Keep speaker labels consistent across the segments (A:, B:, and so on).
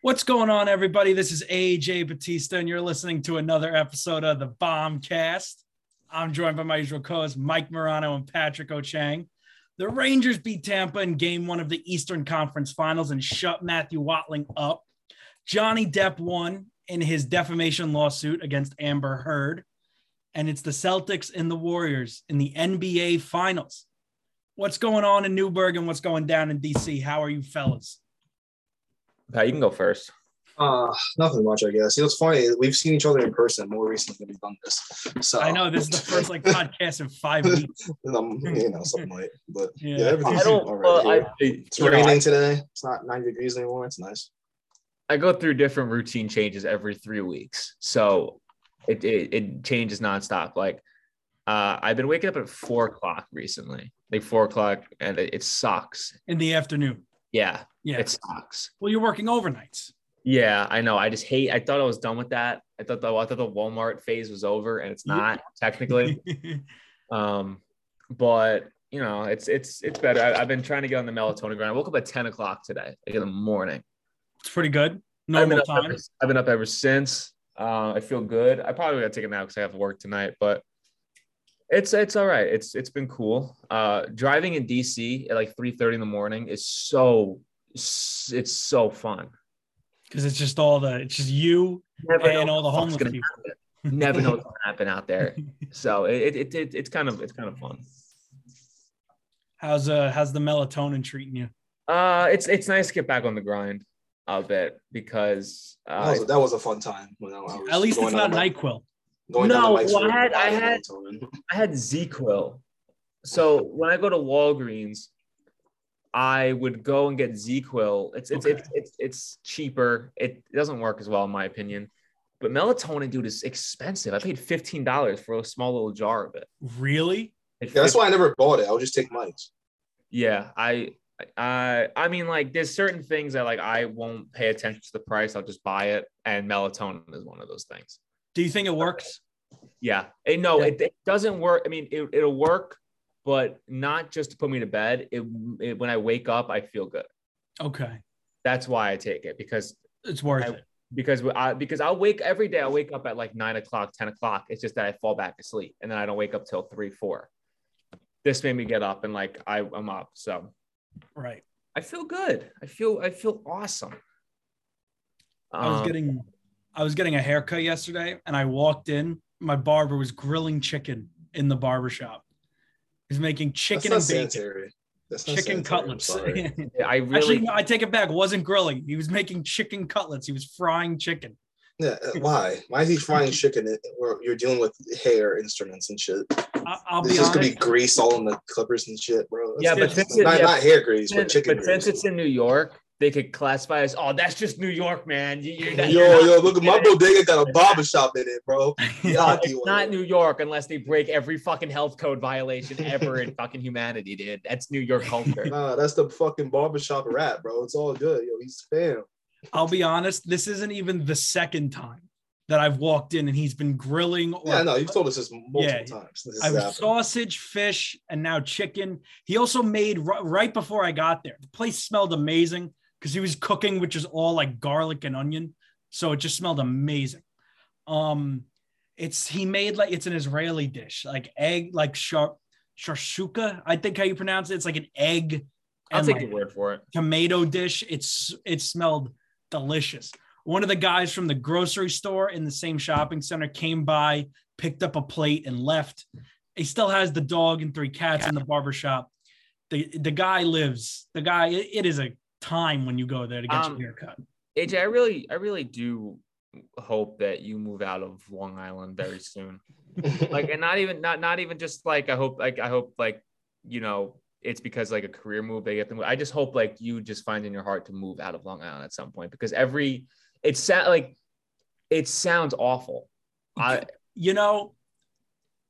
A: What's going on, everybody? This is AJ Batista, and you're listening to another episode of the Bombcast. I'm joined by my usual co-hosts, Mike Morano and Patrick O'Chang. The Rangers beat Tampa in Game One of the Eastern Conference Finals and shut Matthew Watling up. Johnny Depp won in his defamation lawsuit against Amber Heard, and it's the Celtics and the Warriors in the NBA Finals. What's going on in Newburgh and what's going down in DC? How are you, fellas?
B: Pat, you can go first.
C: Uh, nothing much, I guess. You know, it's funny. We've seen each other in person more recently than we've done this. So
A: I know this is the first like podcast in five weeks.
C: um, you know, something like, but yeah,
A: Yeah.
C: everything's
B: I don't.
C: all right.
B: well, I,
C: here. it's
B: you know,
C: raining
B: I,
C: today. It's not 90 degrees anymore. It's nice.
B: I go through different routine changes every three weeks, so it it, it changes nonstop. Like, uh, I've been waking up at four o'clock recently, like four o'clock, and it, it sucks.
A: in the afternoon.
B: Yeah,
A: Yeah.
B: it sucks.
A: well, you're working overnights.
B: Yeah, I know. I just hate. I thought I was done with that. I thought the I thought the Walmart phase was over, and it's
A: Yeah.
B: not technically. Um, but you know, it's it's it's better. I, I've been trying to get on the melatonin grind. I woke up at ten o'clock today, like in the morning.
A: It's pretty good.
B: I've been
A: Normal
B: up ever-
A: time.
B: I've been up ever since. Uh, I feel good. I probably gotta take a nap because I have work tonight, but it's it's all right. It's it's been cool. Uh, driving in DC at like three thirty in the morning is so it's so fun.
A: Because it's just all the it's just you
B: Never
A: and
B: know
A: all the
B: what fuck's
A: homeless
B: gonna
A: people.
B: happen. Never know what's gonna happen out there. So it, it, it it's kind of it's kind of fun.
A: How's uh how's the melatonin treating you?
B: Uh, it's it's nice to get back on the grind a bit because
C: That
B: uh,
C: was, that was a fun time. When I was
A: At least
C: going
A: it's
C: down
A: not
C: my-
A: NyQuil.
C: Going down
B: No,
C: the Mike's
B: well, I
C: route
B: had- I
C: and
B: had-
C: melatonin.
B: I had ZQL. So when I go to Walgreens, I would go and get ZQL. It's it's it's, it's it's cheaper. It doesn't work as well in my opinion. But melatonin, dude, is expensive. I paid fifteen dollars for a small little jar of it.
A: Really?
B: It
C: Yeah, that's
B: fits-
C: why I never bought it. I would just take Mike's.
B: yeah i i i mean like there's certain things that like i won't pay attention to the price i'll just buy it and melatonin is one of those things
A: Do you think it works?
B: yeah and no
A: Yeah.
B: It, it doesn't work i mean it, it'll work but not just to put me to bed it, it when i wake up i feel good
A: Okay.
B: that's why i take it because
A: It's worth
B: I-
A: it.
B: because I, because i'll wake every day i wake up at like nine o'clock ten o'clock it's just that i fall back asleep and then i don't wake up till three four this made me get up and like I, i'm up so
A: Right.
B: I feel good. I feel I feel awesome.
A: I was
B: Um,
A: getting I was getting a haircut yesterday and I walked in. My barber was grilling chicken in the barber shop. He's making chicken and
C: that's not
A: bacon.
C: sanitary. That's not
A: Chicken
C: sanitary, I'm
A: cutlets.
C: sorry.
B: I really
A: Actually, no, I take it back. Wasn't grilling. He was making chicken cutlets. He was frying chicken.
C: yeah, uh, why? Why is he frying chicken where you're dealing with hair instruments and shit?
A: I, I'll
C: This
A: be
C: just
A: honest.
C: could be grease all in the clippers and shit, bro.
B: Yeah,
A: but
C: That's-
B: since it-
C: not,
B: yeah,
C: not hair grease, but
B: since, but
C: chicken grease.
B: since it's in New York, they could classify as oh that's just New York, man. You, you're not-
C: Yo,
B: you're not-
C: yo, look at my bodega got a barber shop in it, bro.
B: no,
C: Yaki
B: it's
C: one.
B: not New York unless they break every fucking health code violation ever in fucking humanity, dude. That's New York culture.
C: Nah, that's the fucking barbershop rap, bro. It's all good. Yo, he's fam.
A: I'll be honest. This isn't even the second time that I've walked in and he's been grilling. Or
C: Yeah, no, you've told us this multiple
A: Yeah,
C: times. This has
A: I was
C: happened.
A: sausage, fish, and now chicken. He also made ri- right before I got there. The place smelled amazing because he was cooking, which is all like garlic and onion, so it just smelled amazing. Um, it's he made like it's an Israeli dish, like egg, like shar sharshuka. I think how you pronounce it. It's like an egg.
B: I'll
A: and,
B: take
A: like,
B: your word for it.
A: tomato dish. It's it smelled delicious. One of the guys from the grocery store in the same shopping center came by, picked up a plate and left. He still has the dog and three cats in the barbershop. The the guy lives. The guy it- it is a time when you go there to get
B: Um,
A: your haircut.
B: AJ, I really, I really do hope that you move out of Long Island very soon. like and not even not not even just like I hope like I hope like you know it's because like a career move they get to move. I just hope like you just find in your heart to move out of Long Island at some point because every it sound like it sounds awful. I
A: You know,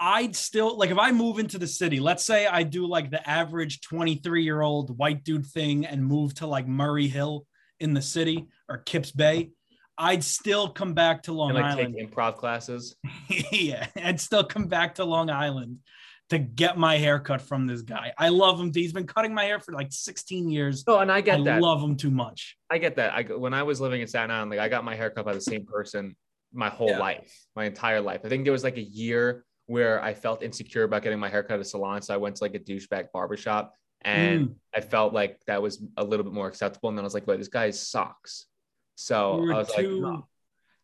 A: I'd still like if I move into the city, let's say I do like the average 23 year old white dude thing and move to like Murray Hill in the city or Kips Bay, I'd still come back to Long
B: and like
A: Island.
B: take improv classes.
A: yeah, I'd still come back to Long Island to get my haircut from this guy. I love him. He's been cutting my hair for like 16 years.
B: No, and I get
A: I
B: that.
A: love him too much.
B: I get that. I when I was living in Staten Island, like I got my haircut by the same person my whole
A: Yeah.
B: life, my entire life. I think there was like a year where I felt insecure about getting my haircut at a salon, so I went to like a douchebag barbershop, and
A: Mm.
B: I felt like that was a little bit more acceptable. And then I was like, wait, this guy sucks. So
A: There
B: Oh, I
A: were
B: was like,
A: two.
B: no.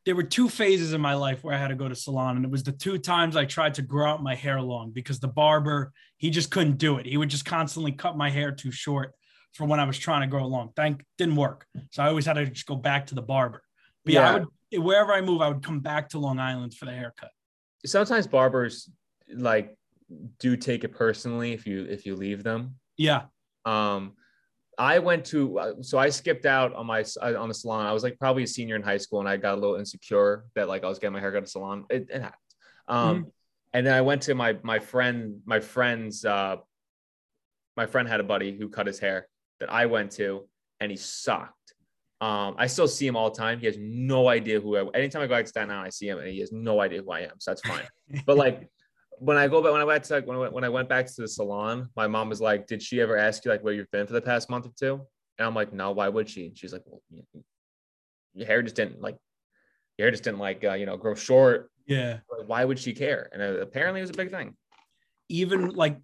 A: There were two phases in my life where I had to go to salon, and it was the two times I tried to grow out my hair long because the barber he just couldn't do it. He would just constantly cut my hair too short for when I was trying to grow it long. Thank didn't work, so I always had to just go back to the barber. But yeah, I would wherever I move, I would come back to Long Island for the haircut.
B: sometimes barbers like do take it personally if you if you leave them.
A: Yeah,
B: Um, I went to uh, so I skipped out on my uh, on the salon. I was like probably a senior in high school, and I got a little insecure that like I was getting my hair cut at a salon. It, it happened. Um, And then I went to my my friend my friend's uh, my friend had a buddy who cut his hair that I went to, and he sucked. Um, I still see him all the time. He has no idea who I. Anytime I go out to Staten Island, I see him, and he has no idea who I am. So that's fine. but like when I go back, when I went to like, when I went, when I went back to the salon, my mom was like, "Did she ever ask you like where you've been for the past month or two? And I'm like, "No, why would she?" And she's like, "Well, you- your hair just didn't like, your hair just didn't like, uh, you know, grow short.
A: yeah.
B: Like, why would she care?" And uh, apparently, it was a big thing.
A: even like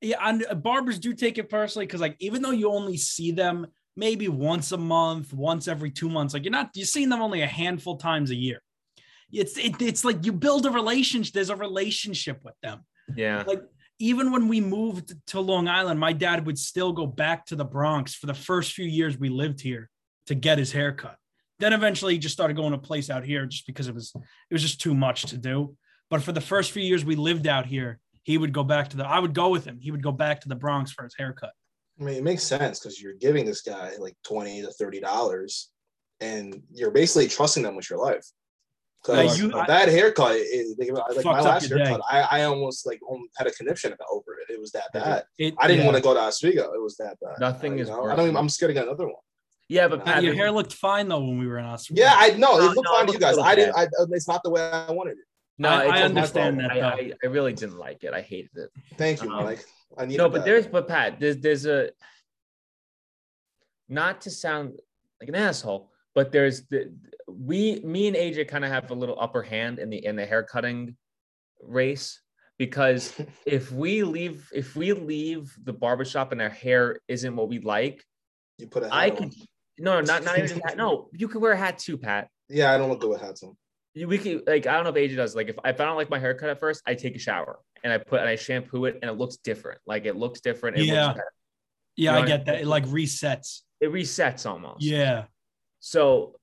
A: yeah and uh, barbers do take it personally because like even though you only see them maybe once a month once every two months like you're not you're seeing them only a handful times a year it's it, it's like you build a relationship there's a relationship with them
B: Yeah,
A: Like- even when we moved to long island my dad would still go back to the bronx for the first few years we lived here to get his haircut then eventually he just started going to a place out here just because it was it was just too much to do but for the first few years we lived out here he would go back to the i would go with him he would go back to the bronx for his haircut
C: I mean, it makes sense because you're giving this guy like twenty to thirty dollars, and you're basically trusting them with your life. Because
A: Now, you-
C: that haircut, it, it- like
A: Fucked
C: my
A: up
C: last
A: your day.
C: haircut, I, I almost like almost had a conniption about over it. It was that bad.
A: It-
C: I didn't
A: yeah.
C: want to go to Oswego. It was that bad.
B: Nothing
C: You
B: is
C: know?
B: worth
C: I don't. Even,
B: it.
C: I'm scared to get another one.
B: yeah, but
C: Uh,
B: Pat,
A: your hair looked fine though when we were in Oswego.
C: Yeah, I
B: No,
C: know. It looked
B: no, it
C: fine to
B: looked
C: you
B: a
C: guys.
B: little
C: I didn't.
B: bad.
C: I, uh, it's not the way I wanted it.
B: no,
A: I-
B: it
A: I
B: doesn't-
A: understand that,
B: I,
A: though.
B: I, I really didn't like it. I hated it.
C: Thank you,
B: Um,
C: Mike. I need
B: no,
C: it
B: but
C: back.
B: there's but Pat, there's there's a not to sound like an asshole, but there's the we me and AJ kind of have a little upper hand in the in the hair cutting race because if we leave if we leave the barbershop and our hair isn't what we like,
C: you put a hat
B: I
C: on.
B: could no not not even just hat. No, you could wear a hat too, Pat.
C: Yeah, I don't look good with hats on.
B: You- We could like I don't know if AJ does like if, if I don't like my haircut at first, I take a shower and I put and I shampoo it and it looks different. Like it looks different. It
A: Yeah.
B: looks better.
A: yeah
B: You know
A: i
B: what I
A: get that it like resets
B: it resets almost.
A: yeah
B: So,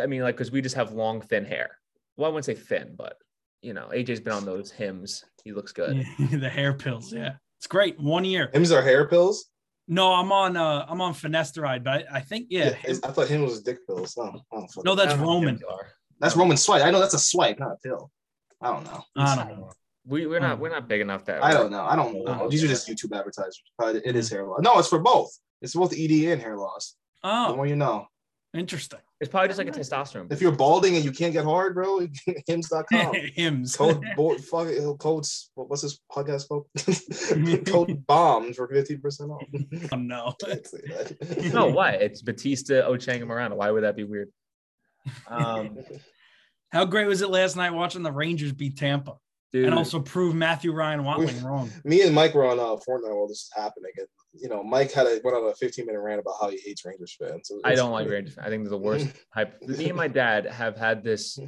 B: I mean, like, because we just have long, thin hair. Well, I wouldn't say thin, but you know, AJ's been on those hymns. He looks good.
A: the hair pills yeah it's great one year
C: Him's are hair pills.
A: no i'm on uh i'm on finasteride but i, I think yeah,
C: his- I thought him was dick pills. No, I don't fucking-
A: no that's
B: I don't know what
A: roman
B: hymns are.
C: that's Roman swipe. I know that's a swipe, not a pill. I don't know.
A: I don't know. Oh.
B: We we're not we're not big enough that
C: I don't know. I don't know.
B: Oh,
C: These are
B: okay.
C: just YouTube advertisers. But it is hair loss. No, it's for both. It's both ED and hair loss. The
A: Oh,
C: more you know.
A: interesting.
B: It's probably just like a testosterone.
C: If you're balding and you can't get hard, bro, hymns.com.
A: Hymns.
C: Code bo- fuck, it, code what was his podcast called? code bombs for fifty percent off.
A: Oh, no.
C: Can't say that.
B: no, what? It's Batista, Ochang, and Morano. Why would that be weird? Um,
A: How great was it last night watching the Rangers beat Tampa
B: dude,
A: and also prove Matthew Ryan Watling wrong?
C: me and Mike were on uh, Fortnite while this was happening, and you know, Mike had a went on a 15 minute rant about how he hates Rangers fans. So
B: I don't like Rangers. I think they're the worst type. Me and my dad have had this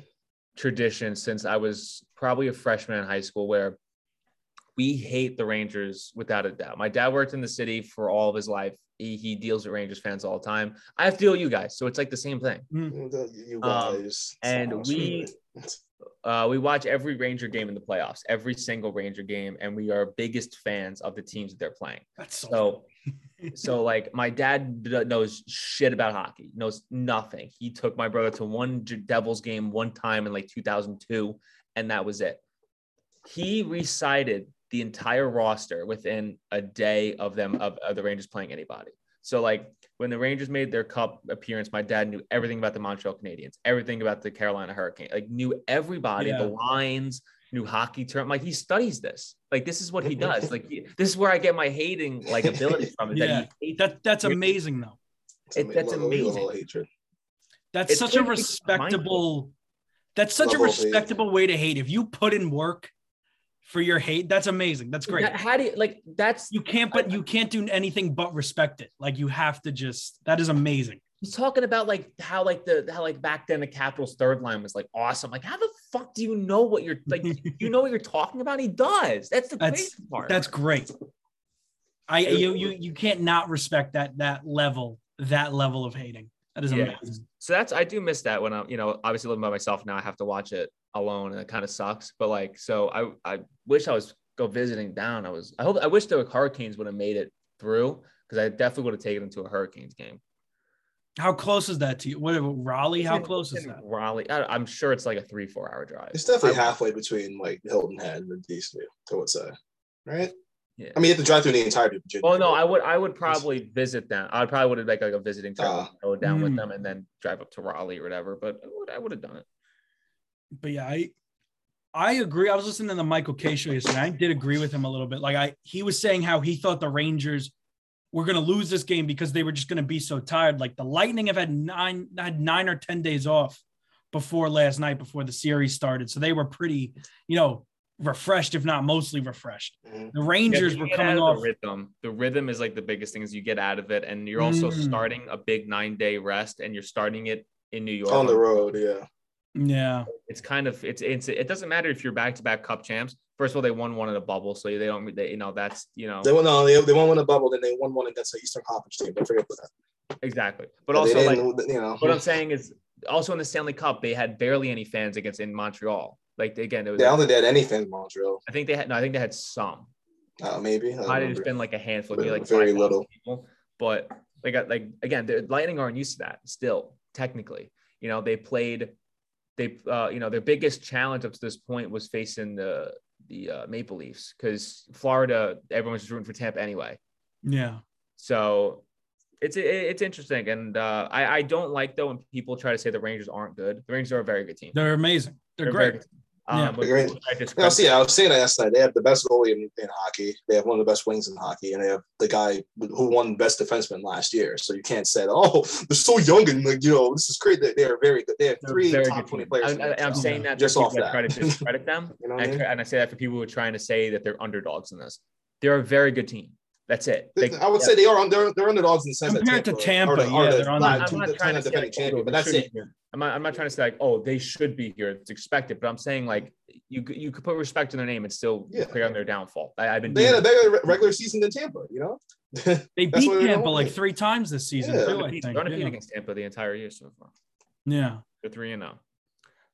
B: tradition since I was probably a freshman in high school where we hate the Rangers without a doubt. My dad worked in the city for all of his life. He, he deals with Rangers fans all the time. I have to deal with you guys. So it's like the same thing.
C: Mm, You
B: Um,
C: guys,
B: and
C: so-
B: we- Uh, we watch every Ranger game in the playoffs, every single Ranger game, and we are biggest fans of the teams that they're playing.
A: That's so.
B: So, so like my dad d- knows shit about hockey, knows nothing. He took my brother to one J- Devils game one time in like 2002, and that was it. He recited the entire roster within a day of them of, of the Rangers playing anybody. So like when the Rangers made their cup appearance, my dad knew everything about the Montreal Canadiens, everything about the Carolina Hurricane, like knew everybody,
A: Yeah.
B: the lines, new hockey term. Like he studies this. Like this is what he does. Like he, this is where I get my hating like ability from. Is
A: Yeah.
B: that he hates
A: That that's amazing though.
C: It's ama-
B: that's
C: level- level
B: amazing.
C: hatred.
A: That's
B: It's
A: such a
B: good to keep in mind.
A: respectable. That's such a
C: Level of hate.
A: respectable way to hate. If you put in work for your hate, that's amazing. That's great.
B: That- how do you like? That's
A: You can't, but you can't do anything but respect it. Like you have to just. That is amazing.
B: he's talking about like how like the how like back then the Capitals third line was like awesome. Like how the fuck do you know what you're like? you know what you're talking about? He does. That's the
A: That's-
B: crazy part.
A: That's great. I
B: It-
A: you you you can't not respect that that level that level of hating. That is
B: Yeah.
A: amazing.
B: so that's I do miss that when I'm you know obviously living by myself now I have to watch it alone and it kind of sucks but like so I I wish I was go visiting down I was I hope I wish the Hurricanes would have made it through because I definitely would have taken them to a Hurricanes game.
A: How close is that to you? What Raleigh? How
B: It's in-
A: close
B: it's
A: is
B: in
A: that?
B: Raleigh? I, I'm sure it's like a three four hour drive.
C: It's definitely
B: I-
C: halfway between like Hilton Head and Eastview, I would say. Right?
B: Yeah.
C: I mean, you have to drive through the entire Virginia.
B: Well, no, I would I would probably visit them. I probably would have like, like a visiting trip,
C: Ah.
B: go down with
A: Mm.
B: them, and then drive up to Raleigh or whatever. But I would, I would have done it.
A: but yeah, I I agree. I was listening to the Michael K show yesterday. I did agree with him a little bit. Like I he was saying how he thought the Rangers were gonna lose this game because they were just gonna be so tired. Like the Lightning have had nine had nine or ten days off before last night, before the series started. So they were pretty, you know, refreshed, if not mostly refreshed.
C: Mhm.
A: The Rangers
B: Yeah,
A: were
B: you get
A: coming
B: out
A: off
B: the rhythm. The rhythm is like the biggest thing is you get out of it, and you're also
A: Mm.
B: starting a big nine day rest, and you're starting it in New York.
C: on the road, yeah.
A: Yeah.
B: It's kind of it's it's it doesn't matter if you're back to back Cup champs. First of all, they won one in a bubble, so they don't they you know that's you know
C: They won no, they, they won one in a bubble, then they won one against the Eastern Conference team. Don't forget that.
B: exactly. But
C: They
B: also like
C: didn't, you know,
B: what I'm saying is also in the Stanley Cup they had barely any fans against in Montreal. Like again, it was
C: they, I don't think they had any fans in Montreal.
B: I think they had no, I think they had some.
C: Uh, maybe. I don't
B: Might have just
C: remember.
B: been like a handful, maybe like
C: Very
B: 5,000
C: little.
B: people. But they got like again, the Lightning aren't used to that still. Technically, you know, they played. They, uh, you know, their biggest challenge up to this point was facing the the uh, Maple Leafs because Florida, everyone's just rooting for Tampa anyway.
A: Yeah.
B: So it's it, it's interesting, and uh, I I don't like though when people try to say the Rangers aren't good. The Rangers are a very good team.
A: They're amazing. They're,
B: They're very
A: great.
B: good. Um,
A: Yeah.
B: when
C: They're
B: people try to
C: Yeah, I
B: discredit-
C: see. I was saying that last night. They have the best goalie in, in hockey. They have one of the best wings in hockey, and they have the guy who won best defenseman last year. So you can't say, "Oh, they're so young and like you know this is great." They, they are very good. They have
B: They're
C: three
B: very
C: top
B: good
C: twenty
B: team.
C: players. in
B: I,
C: the
B: I, I'm
C: NHL.
B: saying that
C: Just
B: for
C: off
B: people try to
C: that.
B: discredit them.
C: You know what I
B: and, I
C: mean?
B: try- and I say that for people who are trying to say that they're underdogs in this. They're a very good team. That's it. They-
C: I would say they are on they're, they're underdogs in the sense
A: Compared
C: that
A: to
C: are
A: Tampa,
C: the- are
A: yeah,
C: the-
A: they're on
C: not-
A: the-
B: I'm
C: two-
B: not
C: the
B: trying to
C: defending
B: say like,
C: champion,
B: oh,
C: but
B: they
C: that's
B: should be
C: it.
B: here. I'm not, I'm not trying to say like, oh, they should be here. It's expected, but I'm saying like you could- you could put respect in their name and still
C: Yeah.
B: clear on their downfall. I, have been
C: They had
B: doing
C: a better re- regular season than Tampa. You know,
A: They
C: That's
A: beat
C: what they
A: Tampa
C: don't
A: like
C: do.
A: three times this season.
C: Yeah.
B: that.
A: too,
B: They're
A: I
B: unbeaten-
A: think.
B: they're unbeaten
A: Yeah.
B: against Tampa the entire year so far.
A: yeah.
B: They're three and zero.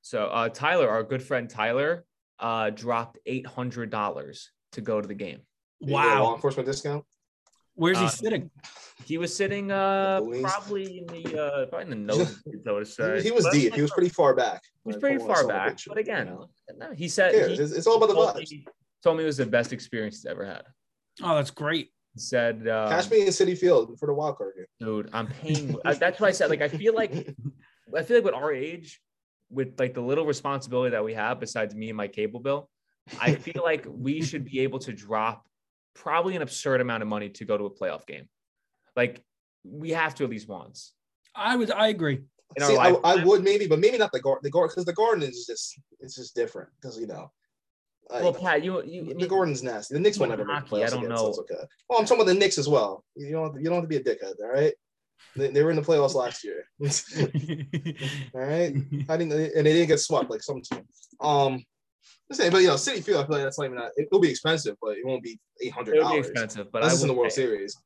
B: So uh, Tyler, our good friend Tyler, uh, dropped eight hundred dollars to go to the game.
C: You get a law
A: Wow.
C: enforcement discount.
A: Where's he
B: Uh,
A: sitting?
B: He was sitting uh
C: The police.
B: probably in the uh probably in the nose, so to
C: He-
B: say.
C: He was
B: But,
C: deep.
B: like,
C: He was pretty far back.
B: he was
C: Like,
B: pretty
C: from what I
B: far
C: saw the
B: back.
C: picture,
B: But again,
C: you know?
B: no, he
C: Who
B: said
C: cares?
B: he
C: it's, it's all about the
B: told
C: vibes.
B: me, told me it was the best experience he's ever had.
A: Oh, that's great.
B: He said uh
C: Cash me in City Field for the wild card game.
B: dude, I'm paying I- that's what I said. Like I feel like I feel like with our age, with like the little responsibility that we have besides me and my cable bill, I feel like we should be able to drop probably an absurd amount of money to go to a playoff game. Like we have to at least once.
A: I would I agree.
B: in our
C: See, I, I
B: lifetime.
C: would maybe, but maybe not the garden. The garden because the garden is just it's just different because you know. like,
B: Well, Pat, you you I
C: the
B: mean,
C: Gordon's nasty. The Knicks will never make the
B: Hockey, I
C: playoffs.
B: don't
C: again, so
B: know.
C: it's okay. Well, I'm talking about the Knicks as well. You don't have to, you don't have to be a dickhead. All right, they, they were in the playoffs last year. all right, I didn't, and they didn't get swept like some team. Um, just saying, but you know, City Field. I feel like that's not even. That, it'll be expensive, but it won't be eight hundred
B: It would be
C: dollars.
B: expensive, but
C: This
B: I
C: is in the
B: would
C: World
B: pay.
C: Series.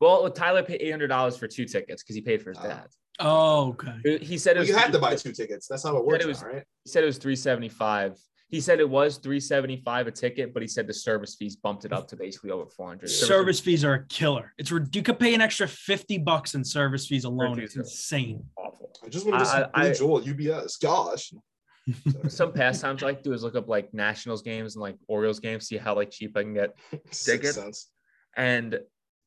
B: Well, Tyler paid eight hundred dollars for two tickets because he paid for his
C: Oh.
B: dad.
A: oh, okay.
B: He said it
C: Well,
B: was
C: you have to buy
B: $375.
C: two tickets. That's how it works,
B: it was-
C: now, right?
B: He said it was three seventy five. He said it was three seventy five a ticket, but he said the service fees bumped it up to basically over four hundred.
A: Service fees are a killer. It's rid- you could pay an extra 50 bucks in service fees alone.
B: Service
A: It's
B: fees are-
A: insane.
B: awful.
C: I just want to see
B: I- I-
C: Billy Joel at UBS. Gosh,
B: Some pastimes I like to do is look up like Nationals games and like Orioles games, see how like cheap I can get,
C: six
B: Ticket?
C: cents.
B: and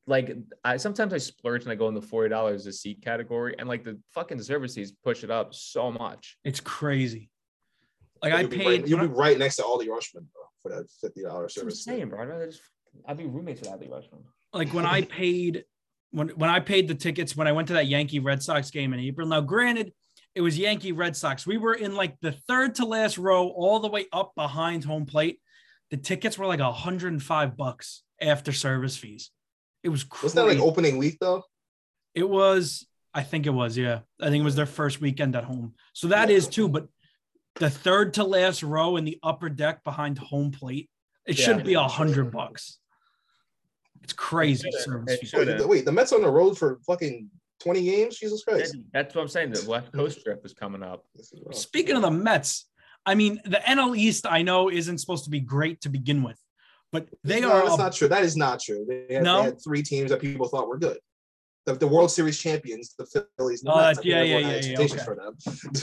B: like I sometimes I splurge and I go in the forty dollars a seat category, and like the fucking service fees push it up so much.
A: It's crazy. Like I
C: You'll be
A: paid.
C: Right, you'll be right next to Aldi Rushman though, for that fifty dollars
B: That's what I'm
C: service.
B: saying, bro. I'd rather just I'd be roommates with Adley Rushman.
A: like when I paid when when I paid the tickets when I went to that Yankee Red Sox game in April. Now, granted, it was Yankee Red Sox. We were in like the third to last row, all the way up behind home plate. The tickets were like 105 bucks after service fees. It was crazy.
C: Wasn't that like opening week though?
A: It was, I think it was, yeah. I think it was their first weekend at home. So that is too, but the third to last row in the upper deck behind home plate, it
B: Yeah.
A: should be a hundred bucks. It's crazy
B: It
A: service fees.
B: should've.
C: Wait, the Mets on the road for fucking twenty games. Jesus Christ.
B: That's what I'm saying. The West Coast trip is coming up.
C: This is rough.
A: Speaking of the Mets, I mean the NL East I know isn't supposed to be great to begin with, but they
C: no,
A: are
C: That's
A: a-
C: not true. That is not true. They had,
A: No?
C: they had three teams that people thought were good. The, the World Series champions, the Phillies.
B: Uh,
C: and The
A: Oh,
C: Mets. I
A: yeah,
C: mean, everyone
A: yeah,
C: had
A: yeah, yeah,
C: expectations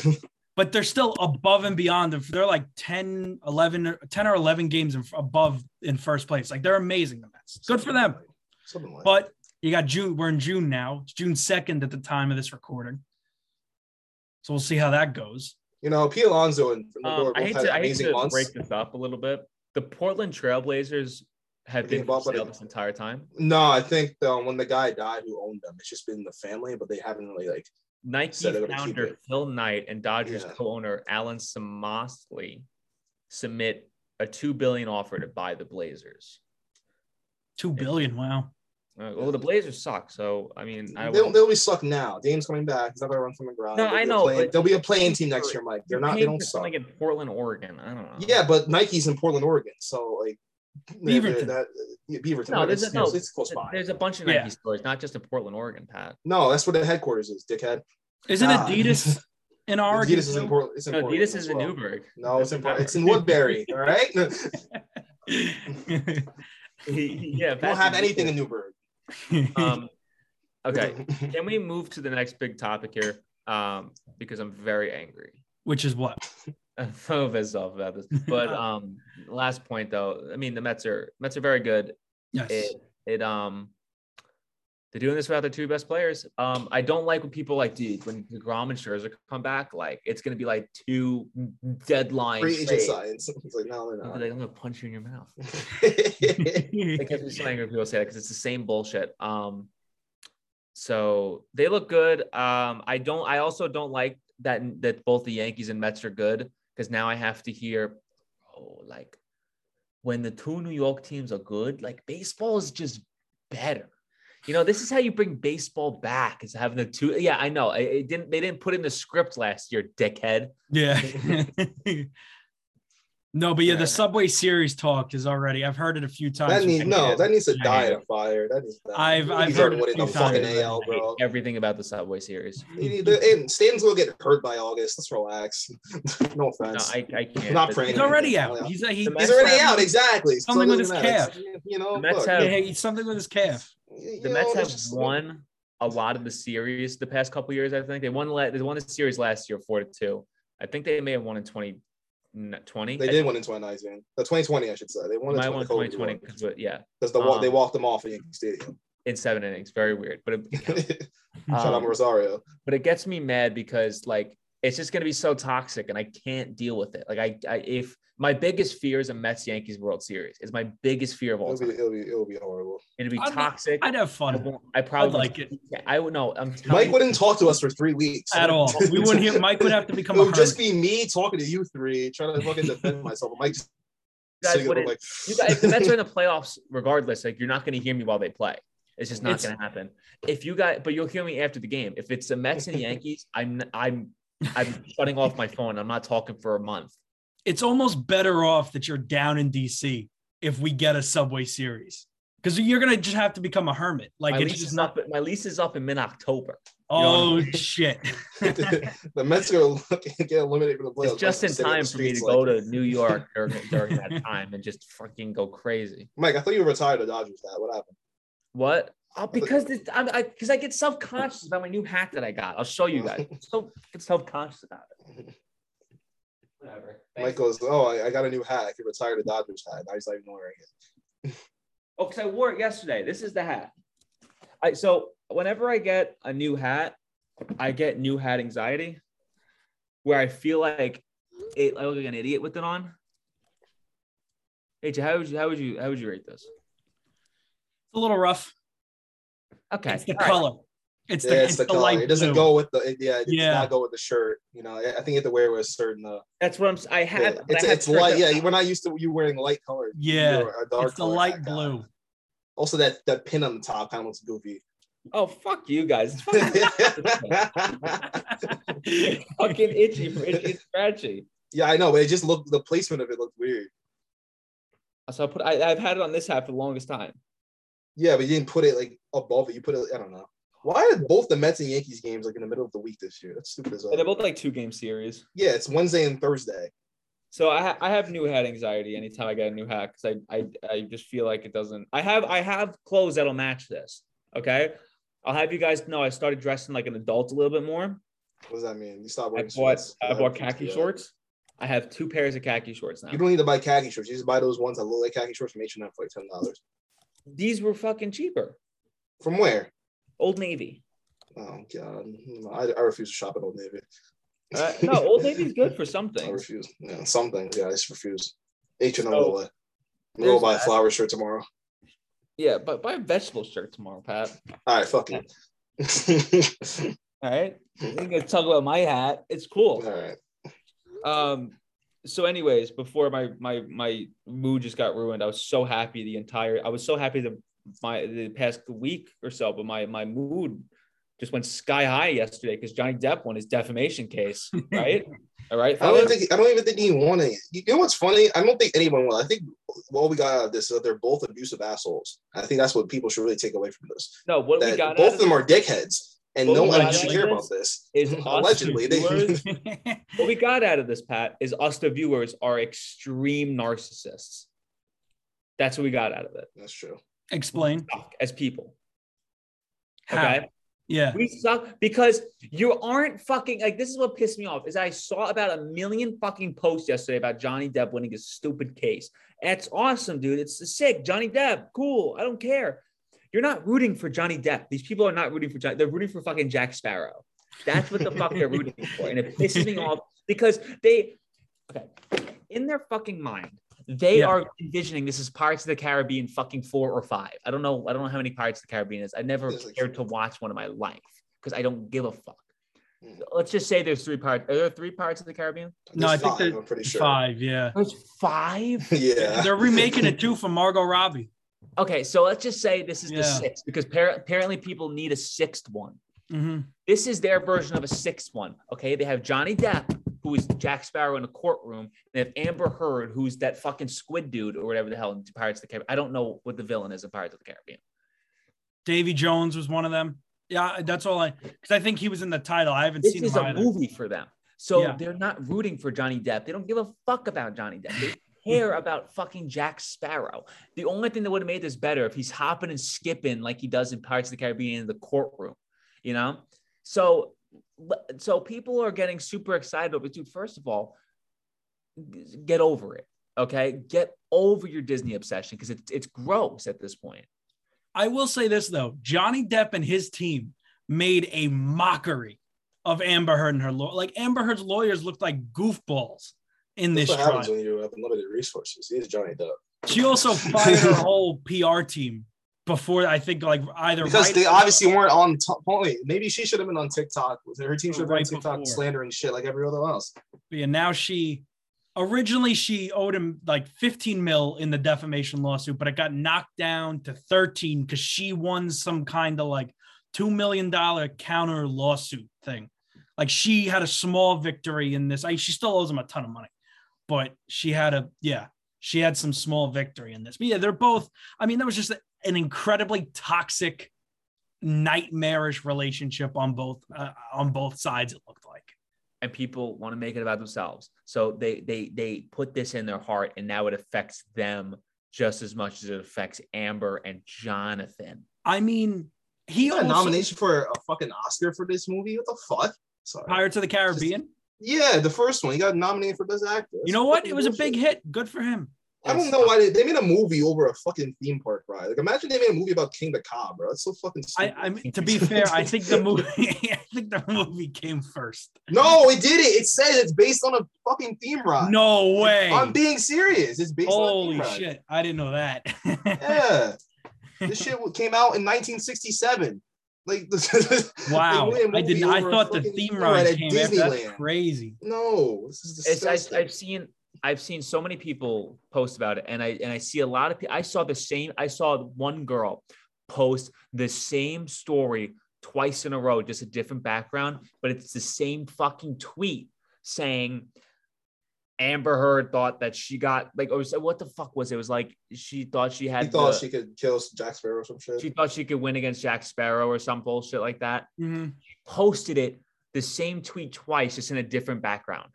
C: For them.
A: but they're still above and beyond. They're like 10, 11, or- 10 or 11 games in- above in first place. Like they're amazing, the Mets. Good for them.
C: Something like
A: But you got June. We're in June now. It's June second at the time of this recording. So we'll see how that goes.
C: you know, P. Alonso and Lindor
B: Um, I
C: both
B: hate
C: had
B: to, I hate
C: amazing
B: to
C: months.
B: break this up a little bit. The Portland Trailblazers have
C: They
B: been for
C: get bought by
B: sale
C: the-
B: this entire time.
C: No, I think um, when the guy died who owned them, it's just been the family, but they haven't really like.
B: Nike
C: Said they're gonna keep
B: founder
C: it.
B: Phil Knight and Dodgers
C: Yeah.
B: co-owner Alan Simosley submit a two billion offer to buy the Blazers.
A: Two billion. Wow.
B: Uh, well, the Blazers suck, so I mean, I
C: They'll,
B: wouldn't-
C: they'll be sucked now. Dame's coming back. He's not going to run from the ground.
B: No,
C: They'll be
B: I
C: a
B: know,
C: play-
B: but-
C: they'll be a playing team next year, Mike. They're not. They
B: paying
C: don't
B: for
C: suck.
B: something in Portland, Oregon. I don't know.
C: Yeah, but Nike's in Portland, Oregon, so like. they're- they're
A: Beaverton.
C: That, yeah, Beaverton.
B: No,
C: right,
B: there's
C: it's,
B: a- no,
C: it's close by.
B: There's a bunch of Nike
A: Yeah.
B: stores, not just in Portland, Oregon, Pat.
C: No, that's where the headquarters is, dickhead.
A: Isn't
C: Ah.
A: Adidas in Oregon?
C: Adidas is in
A: too?
C: Portland. It's in
B: No,
C: Portland
B: Adidas
C: as
B: is in
C: well.
B: Newburgh.
C: No, it's in Port-
B: That's
C: it's in Woodbury. all right, we
B: yeah,
C: don't have anything in Newburgh.
B: Um, okay, can we move to the next big topic here? Um, because I'm very angry.
A: Which is what?
B: I'm so pissed off about this. But um, last point though, I mean the Mets are Mets are very good.
A: Yes.
B: It it um. They're doing this without their two best players. Um, I don't like when people like, dude, when Grom and Scherzer come back, like it's gonna be like two deadline
C: Free agent
B: trades.
C: science. It's like no,
B: I'll
C: no,
B: be
C: no.
B: like, I'm gonna punch you in your mouth.
C: yeah,
B: It gets me so angry when people say that because it's the same bullshit. Um, so they look good. Um, I don't. I also don't like that that both the Yankees and Mets are good because now I have to hear, oh, like when the two New York teams are good, like baseball is just better. You know, this is how you bring baseball back is having the two. Yeah, I know. It, it didn't. They didn't put in the script last year, dickhead.
A: yeah. no, but yeah,
B: Yeah.
A: the Subway Series talk is already. I've heard it a few times.
C: that
A: from
C: needs no.
A: fans.
C: That needs to
B: I
C: die
B: hate
C: in a fire. That needs. To
A: I've- I've
C: He's
A: heard
C: already
A: it
C: winning
A: a
C: the
A: few
C: fucking
A: times.
C: AL,
B: I hate
C: bro.
B: everything about the Subway Series.
C: You need to- And Stanton's gonna get hurt by August. Let's relax. no
B: No,
C: offense.
B: I, I can't.
C: Not
B: That's-
C: praying.
A: He's already out. He's, he,
B: The
C: He's
B: Mets
C: already
A: have-
C: out. Exactly. So
A: Something with
C: it
A: his
C: doesn't matter. It's- You know,
B: The Mets
C: look,
B: have-
A: Yeah, he- something with his calf.
C: you
B: the
C: know,
B: Mets have
C: it's just-
B: won a lot of the series the past couple years. I think they won. la- They won the series last year, four to two. I think they may have won in 2020.
C: They did win in 2019. The 2020, I should say. They won in
B: Might have won 2020
C: 2020
B: because yeah,
C: because the wa-
B: Um,
C: they walked them off in Yankee Stadium.
B: in seven innings. Very weird, but it, it counts.
C: Shout out
B: Um,
C: Rosario.
B: but it gets me mad because like it's just gonna be so toxic, and I can't deal with it. Like I, I if my biggest fear is a Mets Yankees World Series. It's my biggest fear of all
C: It'll be,
B: time.
C: it'll be it'll be horrible.
B: It'd be
A: I'd be-
B: toxic.
A: I'd have
B: I
A: fun
B: won't- I probably
A: like it.
B: I would no. I'm telling
C: Mike
B: you.
C: wouldn't talk to us for three weeks
A: at all. We wouldn't hear. Mike would have to
C: It
A: become a
C: would just
A: hermit.
C: be me talking to you three, trying to fucking defend myself. Mike just
B: You guys
C: sitting there
B: wouldn't-
C: like,
B: you guys, if the Mets are in the playoffs, regardless, like you're not going to hear me while they play. It's just not
A: It's-
B: going to happen. If you guys, but you'll hear me after the game. If it's the Mets and Yankees, I'm I'm I'm shutting off my phone. I'm not talking for a month.
A: it's almost better off that you're down in DC if we get a Subway Series because you're gonna just have to become a hermit. Like
B: My
A: it's
B: lease
A: just
B: is
A: not.
B: up. My lease is up in mid October.
A: Oh shit!
C: the Mets are gonna look- get eliminated from the playoffs.
B: It's just in
C: Sitting the
B: time for me to
C: streets
B: go
C: like,
B: to New York during, during that time and just fucking go crazy.
C: Mike, I thought you were retired to Dodgers. That what happened?
B: What? Oh, because this, I'm, I because I get self conscious about my new hat that I got. I'll show you guys. I'm so self conscious about it. Whatever.
C: Mike goes, oh, I, I got a new hat. I can retire to Dodgers hat. Now he's not even wearing it.
B: Oh, because I wore it yesterday. This is the hat. I so whenever I get a new hat, I get new hat anxiety, where I feel like eight, I look like an idiot with it on. H, how would you how would you how would you rate this?
A: a little rough.
B: Okay,
A: It's the
B: all right.
A: color. It's the,
C: yeah,
A: it's the,
C: color.
A: light
C: It doesn't
A: blue.
C: go with the it- yeah. It does
A: Yeah.
C: not go with the shirt. You know, I I think you have to wear it with a certain. Uh,
B: that's what I'm. s- I
C: yeah.
B: have. but I
C: It's
B: have
C: it's
B: shirts
C: light.
B: that-
C: Yeah, we're not used to you wearing light colors.
A: Yeah,
C: You're a dark
A: It's the
C: color
A: light
C: guy.
A: blue.
C: Also, that that pin on the top kind of looks goofy.
B: Oh fuck you guys! It's fucking, fucking itchy, from itchy and scratchy.
C: yeah, I know, but it just looked the placement of it looked weird.
B: So I put. I, I've had it on this hat for the longest time.
C: Yeah, but you didn't put it like above it. You put it. I don't know. Why are both the Mets and Yankees games like in the middle of the week this year? That's stupid as
B: And they're
C: well.
B: both like two game series.
C: Yeah, it's Wednesday and Thursday.
B: So I ha- I have new hat anxiety anytime I get a new hat because I, I I just feel like it doesn't. I have I have clothes that'll match this. Okay, I'll have you guys know I started dressing like an adult a little bit more.
C: What does that mean? You stop
B: I
C: wearing
B: bought
C: shorts.
B: I bought khaki
C: Yeah.
B: shorts. I have two pairs of khaki shorts now.
C: uh, You don't need to buy khaki shorts. You just buy those ones that look like khaki shorts from H&M for like ten dollars.
B: These were fucking cheaper.
C: From where?
B: Old Navy.
C: Oh god, No, I, I refuse to shop at Old Navy.
B: Uh, no, Old Navy's good for some
C: I
B: things.
C: refuse. Yeah, some things. Yeah, I just refuse. H and M
B: So,
C: all the way. We'll go
B: there's
C: buy a
B: that.
C: flower shirt tomorrow.
B: Yeah, but buy a vegetable shirt tomorrow, Pat.
C: All right, fuck it.
B: All right. I'm gonna talk about my hat. It's cool.
C: all right.
B: um so anyways before my my my mood just got ruined i was so happy the entire i was so happy the my the past week or so but my my mood just went sky high yesterday because johnny depp won his defamation case right all right
C: I don't even
B: fellas?
C: think I don't even think he won it. You know what's funny? I don't think anyone will. I think all we got out of this is that they're both abusive assholes. I think that's what people should really take away from this.
B: no what we
C: That
B: got
C: both
B: out
C: of
B: of
C: them
B: this
C: are dickheads, and
B: Both
C: no
B: of
C: one
B: them
C: should
B: are
C: hear
B: dickheads
C: about this.
B: is us
C: Allegedly, they-
B: viewers- what we got out of this pat is us the viewers are extreme narcissists that's what we got out of it
C: That's true.
A: Explain.
B: Fuck, as people
A: How?
B: okay
A: Yeah.
B: We suck because you aren't fucking like this is what pissed me off is I saw about a million fucking posts yesterday about Johnny Depp winning his stupid case. That's awesome, dude. It's sick. Johnny Depp, cool. I don't care. You're not rooting for Johnny Depp. These people are not rooting for Johnny. They're rooting for fucking Jack Sparrow. That's what the fuck they're rooting for. And it pisses me off because they okay. In their fucking mind, they
A: Yeah.
B: are envisioning this is Pirates of the Caribbean fucking four or five. I don't know. I don't know how many Pirates of the Caribbean is. I never
C: There's like-
B: cared to watch one in my life because I don't give a fuck.
C: Mm.
B: Let's just say there's three parts. Are there three parts of the Caribbean?
A: No, I
C: There's
A: think
C: five,
A: they're
C: I'm pretty sure.
A: Five. Yeah.
B: There's five.
C: yeah,
A: They're remaking it too for Margot Robbie.
B: Okay, so let's just say this is the
A: Yeah.
B: sixth because par- apparently people need a sixth one.
A: hmm
B: This is their version of a sixth one. Okay, they have Johnny Depp, who is Jack Sparrow in a courtroom, and they have Amber Heard, who's that fucking squid dude or whatever the hell in Pirates of the Caribbean. I don't know what the villain is in Pirates of the Caribbean.
A: Davy Jones was one of them. Yeah, that's all I because I think he was in the title. I haven't
B: this
A: seen
B: is
A: him
B: a
A: either.
B: movie for them. So
A: Yeah.
B: they're not rooting for Johnny Depp. They don't give a fuck about Johnny Depp. They care about fucking Jack Sparrow. The only thing that would have made this better if he's hopping and skipping like he does in Pirates of the Caribbean in the courtroom, you know? So so people are getting super excited over dude. First of all, get over it. Okay. Get over your Disney obsession because it's it's gross at this point.
A: I will say this though: Johnny Depp and his team made a mockery of Amber Heard and her law. Like Amber Heard's lawyers looked like goofballs in
C: That's
A: this
C: what
A: trial.
C: happens when you have limited resources. He's Johnny Depp.
A: She also fired her whole PR team before I think like either
C: because
A: right-
C: they obviously weren't on top point. Maybe she should have been on TikTok. Her team should have been on
A: Right
C: TikTok
A: before.
C: slandering shit like every other one else.
A: and now she originally she owed him like 15 mil in the defamation lawsuit, but it got knocked down to 13 because she won some kind of like two million dollar counter lawsuit thing. Like she had a small victory in this. I, she still owes him a ton of money, but she had a yeah, she had some small victory in this. But yeah, they're both. I mean, that was just an incredibly toxic, nightmarish relationship on both uh, on both sides. It looked like.
B: and people want to make it about themselves. So they they they put this in their heart, and now it affects them just as much as it affects Amber and Jonathan.
A: I mean, he
C: He got a
A: also-
C: nomination for a fucking Oscar for this movie. What the fuck? Sorry.
A: Pirates of the Caribbean.
C: Yeah, the first one. He got nominated for Best Actor.
A: you know what? It was a big hit. Good for him.
C: I don't know why they, they made a movie over a fucking theme park ride. Like, imagine they made a movie about King the Cobb, bro. That's so fucking.
A: I,
C: Stupid.
A: I mean, to be fair, I think the movie, I think the movie came first.
C: no, it did it. It says it's based on a fucking theme ride.
A: No way!
C: I'm being serious. It's based on
A: Holy
C: a theme ride.
A: shit! I didn't know that.
C: Yeah, this shit came out in 1967. Like,
A: wow!
C: They made a
A: I didn't.
C: movie
A: I
C: over a
A: thought the
C: fucking
A: theme
C: theme
A: ride
C: ride at
A: came after. That's
C: Disneyland.
A: crazy.
C: no, this is
B: It's,
C: disgusting.
B: I, I've seen I've seen so many people post about it, and I and I see a lot of people. I saw the same. I saw one girl post the same story twice in a row, just a different background, but it's the same fucking tweet saying Amber Heard thought that she got like or so- what the fuck was it? It was like she thought she had
C: he thought
B: the-
C: she could kill Jack Sparrow or some shit.
B: she thought she could win against Jack Sparrow or some bullshit like that.
A: Mhm.
B: Posted it the same tweet twice, just in a different background.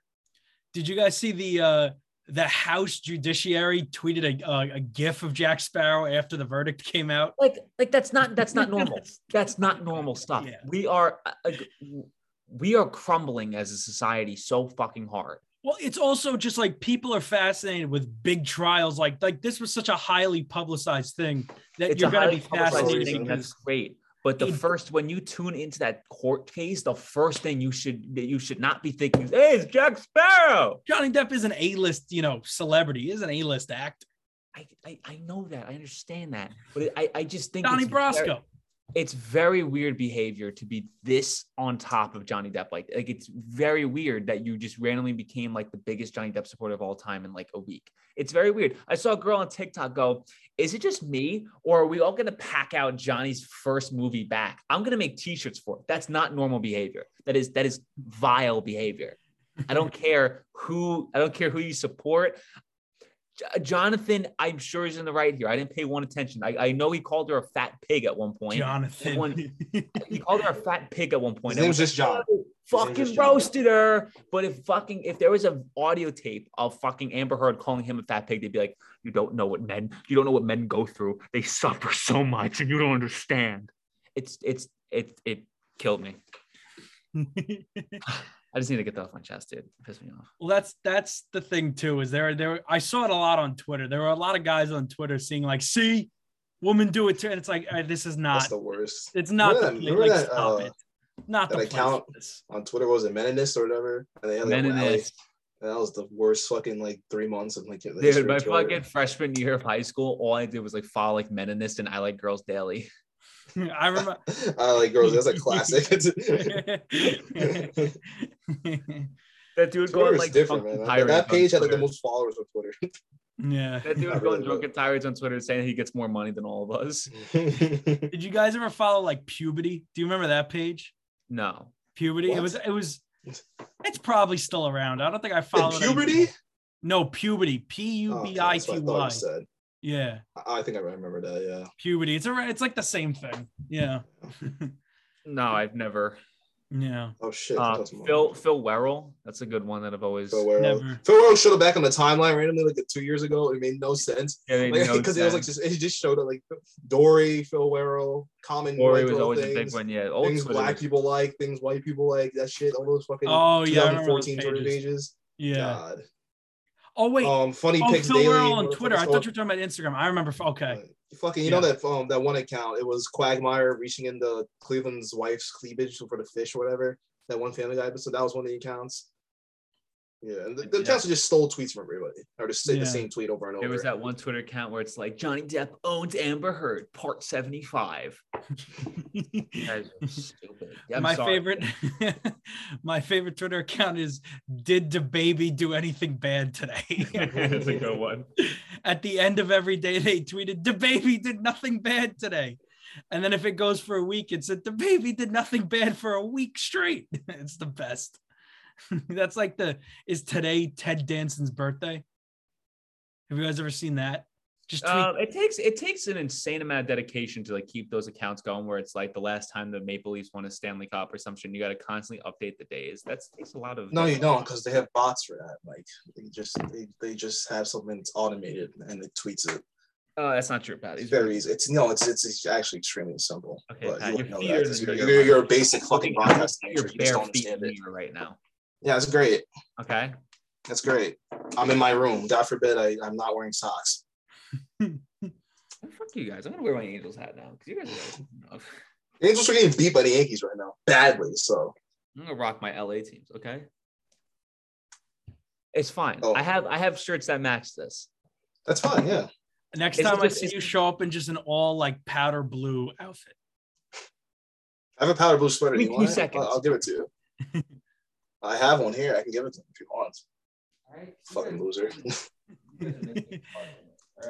A: Did you guys see the uh, the House Judiciary tweeted a, a a GIF of Jack Sparrow after the verdict came out?
B: like like that's not that's not normal that's not normal stuff
A: Yeah.
B: we are uh, uh, we are crumbling as a society so fucking hard
A: Well, it's also just like people are fascinated with big trials. Like like this was such a highly publicized thing that
B: it's
A: you're
B: a
A: gonna be
B: highly publicized
A: fascinated.
B: thing that's
A: because-
B: great but the
A: It-
B: first when you tune into that court case the first thing you should that you should not be thinking is, hey it's jack sparrow
A: Johnny Depp is an A-list, you know, celebrity. He is an A-list actor.
B: I, I, I know that I understand that, but it, I, I just think
A: Johnny
B: it's very-
A: Brasco.
B: it's very weird behavior to be this on top of Johnny Depp. Like, like it's very weird that you just randomly became like the biggest Johnny Depp supporter of all time in like a week. It's very weird. I saw a girl on TikTok go, "Is it just me, or are we all gonna pack out Johnny's first movie back? I'm gonna make T-shirts for it. That's not normal behavior. That is that is vile behavior. I don't care who I don't care who you support." J- Jonathan, I'm sure is in the right here. I didn't pay one attention. I, I know he called her a fat pig at one point
A: Jonathan.
B: he called her a fat pig at one point.
C: His name's
B: Everyone's
C: just John.
B: like, "Oh,
C: His name's
B: Fucking
C: just John.
B: roasted her. But if fucking if there was an audio tape of fucking Amber Heard calling him a fat pig, they'd be like, "You don't know what men. You don't know what men go through. They suffer so much, and you don't understand." It's it's it it killed me. I just need to get that off my chest, dude. It pissed me off.
A: well, that's that's the thing too. Is there there? I saw it a lot on Twitter. There were a lot of guys on Twitter seeing like, "See, women do it too," and it's like, all right, this is not.
C: That's the worst.
A: It's not. The,
C: Remember that-
A: place.
C: remember
A: like,
C: that,
A: stop
C: uh,
A: it. Not the
C: that
A: place
C: account?
A: for this.
C: On Twitter, what was it Meninist or whatever? And they had, like, a rally.
B: Meninist.
C: That was the worst fucking like three months of like the history
B: Dude, my
C: of Twitter.
B: fucking freshman year of high school, all I did was like follow like Meninist and I like girls daily.
A: I remember.
C: I like girls. That's a classic. Twitter
B: That dude going
C: is
B: like
C: different,
B: drunken tirades
C: man. Like, that
B: on
C: page had like
B: Twitter.
C: the most followers on Twitter.
A: yeah.
B: That dude
C: I
B: was
C: really
B: going drunken tirades on Twitter saying he gets more money than all of us.
A: Did you guys ever follow like puberty? Do you remember that page?
B: No.
A: Puberty. It
C: What?
A: was. It was. It's probably still around. I don't think I followed. it.
C: puberty?
A: No, puberty. P U
C: Oh, okay,
A: B I
C: that's
A: T
C: what I thought
A: Y.
C: you said.
A: Yeah,
C: I I think I remember that. Yeah.
A: puberty. It's a. It's like the same thing. Yeah,
B: No, I've never.
A: yeah.
C: Oh shit.
B: Uh,
C: that's my-
B: Phil Phil Werrell. That's a good one that I've always
C: Phil Werrell.
A: Never.
C: Phil Werrell showed up back on the timeline randomly like two years ago. It made no sense.
B: Yeah, they
C: Like
B: know
C: because it was like
B: Zach.
C: just it just showed up like Dory, Phil Werrell, common
B: Corey was
C: white girl
B: always
C: things,
B: a big one. Yeah. Old
C: things
B: Twitter
C: black
B: was-
C: people like, things white people like, that shit. All those fucking
A: Oh yeah, I remember those
C: 2014 Twitter
A: pages.
C: pages.
A: Yeah.
C: God.
A: Oh wait.
C: Um, funny
A: oh,
C: pics
A: Phil
C: daily.
A: Werrell on
C: whatever the
A: Twitter. I
C: fuck it's
A: thought you were talking about Instagram. I remember. Okay.
C: called. Fucking, you know that um that one account. It was Quagmire reaching into Cleveland's wife's cleavage for the fish or whatever. That one Family Guy episode. That was one of the accounts. Yeah, and the, the
B: Yeah.
C: accounts just stole tweets from everybody, or just say
A: Yeah.
C: the same tweet over and over.
B: There was that one Twitter account where it's like Johnny Depp owns Amber Heard, part 75. Guys are stupid. Yeah, I'm
A: my
B: sorry.
A: favorite, my favorite Twitter account is "Did the baby do anything bad today?"
B: That's a good one.
A: At the end of every day, they tweeted, "The baby did nothing bad today," and then if it goes for a week, it said, "The baby did nothing bad for a week straight." it's the best. That's like the is today Ted Danson's birthday. Have you guys ever seen that? Just tweet
B: Um, it takes it takes an insane amount of dedication to like keep those accounts going. Where it's like the last time the Maple Leafs won a Stanley Cup or something, you got to constantly update the days. That's takes a lot of.
C: No, you don't, because they have bots for that. Like they just they, they just have something that's automated and it tweets it.
B: Oh, that's not true, Patty.
C: It's very easy. It's no, it's it's, it's actually extremely simple.
B: Okay,
C: but
B: Pat,
C: you wouldn't
B: your feet
C: know that
B: are
C: 'cause
B: in the
C: you're,
B: video.
C: you're, you're a basic
B: Looking
C: fucking
B: at
C: broadcast.
B: Your
C: major. You just
B: bare
C: don't
B: feet in
C: understand
B: the
C: it.
B: mirror right now.
C: Yeah, it's great.
B: Okay,
C: That's great. I'm in my room. God forbid I, I'm not wearing socks.
B: Oh, Fuck you guys. I'm gonna wear my Angels hat now because you guys are. Like,
C: The Angels are getting beat by the Yankees right now, badly. So
B: I'm gonna rock my LA teams. Okay. It's fine.
C: Oh.
B: I have I have shirts that match this.
C: that's fine. Yeah.
A: Next
B: It's
A: time I
B: just-
A: see you show up in just an all like powder blue outfit.
C: I have a powder blue sweater.
B: Give me
C: You
B: two
C: want it?
B: seconds.
C: I'll, I'll give it to you. I have one here. I can give it to you if you want.
B: All right.
C: Fucking loser.
B: All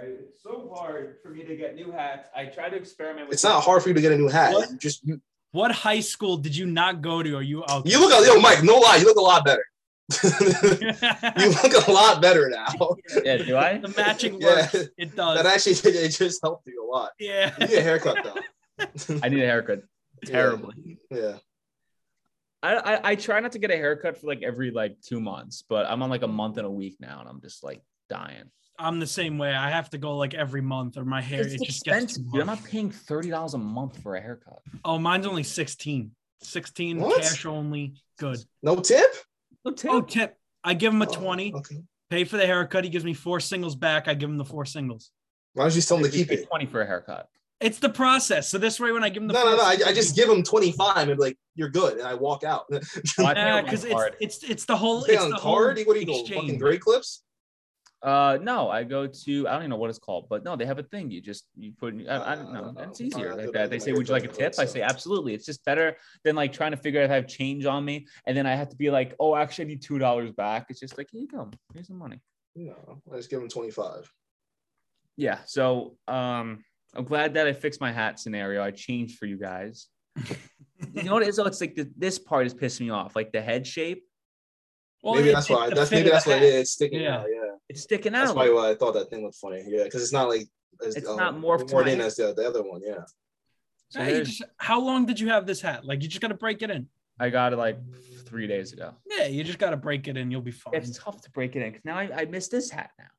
B: right. It's so hard for me to get new hats. I try to experiment with.
C: It's not hard for you to get a new hat.
A: What?
C: You just you,
A: What high school did you not go to? Are you out?
C: you look yo Mike. No lie, you look a lot better. you look a lot better now.
B: Yeah. Do I?
A: the matching
C: Yeah.
A: works. It does.
C: That actually it just helped you a lot.
A: yeah.
C: You need a haircut though.
B: I need a haircut.
C: Yeah.
B: Terribly.
C: Yeah.
B: I, I I try not to get a haircut for like every like two months, but I'm on like a month and a week now, and I'm just like dying.
A: I'm the same way. I have to go like every month, or my hair
B: It's
A: it just gets too
B: expensive, dude. I'm
A: much.
B: not paying thirty dollars a month for a haircut.
A: Oh, mine's only 16. 16
C: What?
A: cash only. Good.
C: No tip?
A: Oh, tip. I give him a
C: Oh,
A: 20,
C: okay.
A: pay for the haircut. He gives me four singles back. I give him the four singles.
C: Why don't you tell him to
B: You
C: keep
B: pay
C: it?
B: twenty for a haircut.
A: It's the process. So this way, when I give him the
C: No, no,
A: four
C: no. I,
A: singles,
C: I just give him 25 and be like, you're good. And I walk out.
B: Oh, I pay
A: Yeah,
B: on my
A: because it's,
B: card.
A: it's it's the whole
C: Pay
A: it's
C: on
A: the
C: card?
A: whole
C: What do you go? Fucking
A: exchange.
C: great clips?
B: Uh, no, I go to I don't even know what it's called, but no, they have a thing. You just you put I, I
C: Uh,
B: don't
C: I
B: know.
C: don't know.
B: It's easier
C: Uh,
B: like
C: the-
B: that. They
C: the
B: say, "Would you like a
C: microphone,
B: tip?" I
C: so-
B: say, "Absolutely." It's just better than like trying to figure out if I have change on me, and then I have to be like, "Oh, actually, I need two dollars back." It's just like, "Here you go. Here's some money."
C: No, I just give him 25.
B: Yeah. So, um, I'm glad that I fixed my hat scenario. I changed for you guys. you know what it is? though? It's like the, this part is pissing me off. Like the head shape,
A: Well,
C: maybe
A: it-
C: that's
A: it-
C: why.
A: the
C: That's
A: fit
C: maybe
A: of
C: that's
A: the
C: what it
A: hat.
C: is. It's sticking
A: Yeah.
C: out. Yeah.
B: it's sticking
C: That's
B: out.
C: probably why I thought that thing looked funny. Yeah, because it's not like um,
B: It's not morphed to
C: more
B: my
C: in
B: head.
C: as the, the other one. Yeah.
B: So
A: Hey, you
B: there's-
A: just- how long did you have this hat? Like you just got to break it in.
B: I got it like three days ago.
A: Yeah, you just got to break it in. You'll be fine.
B: It's tough to break it in because now I, I miss this hat now.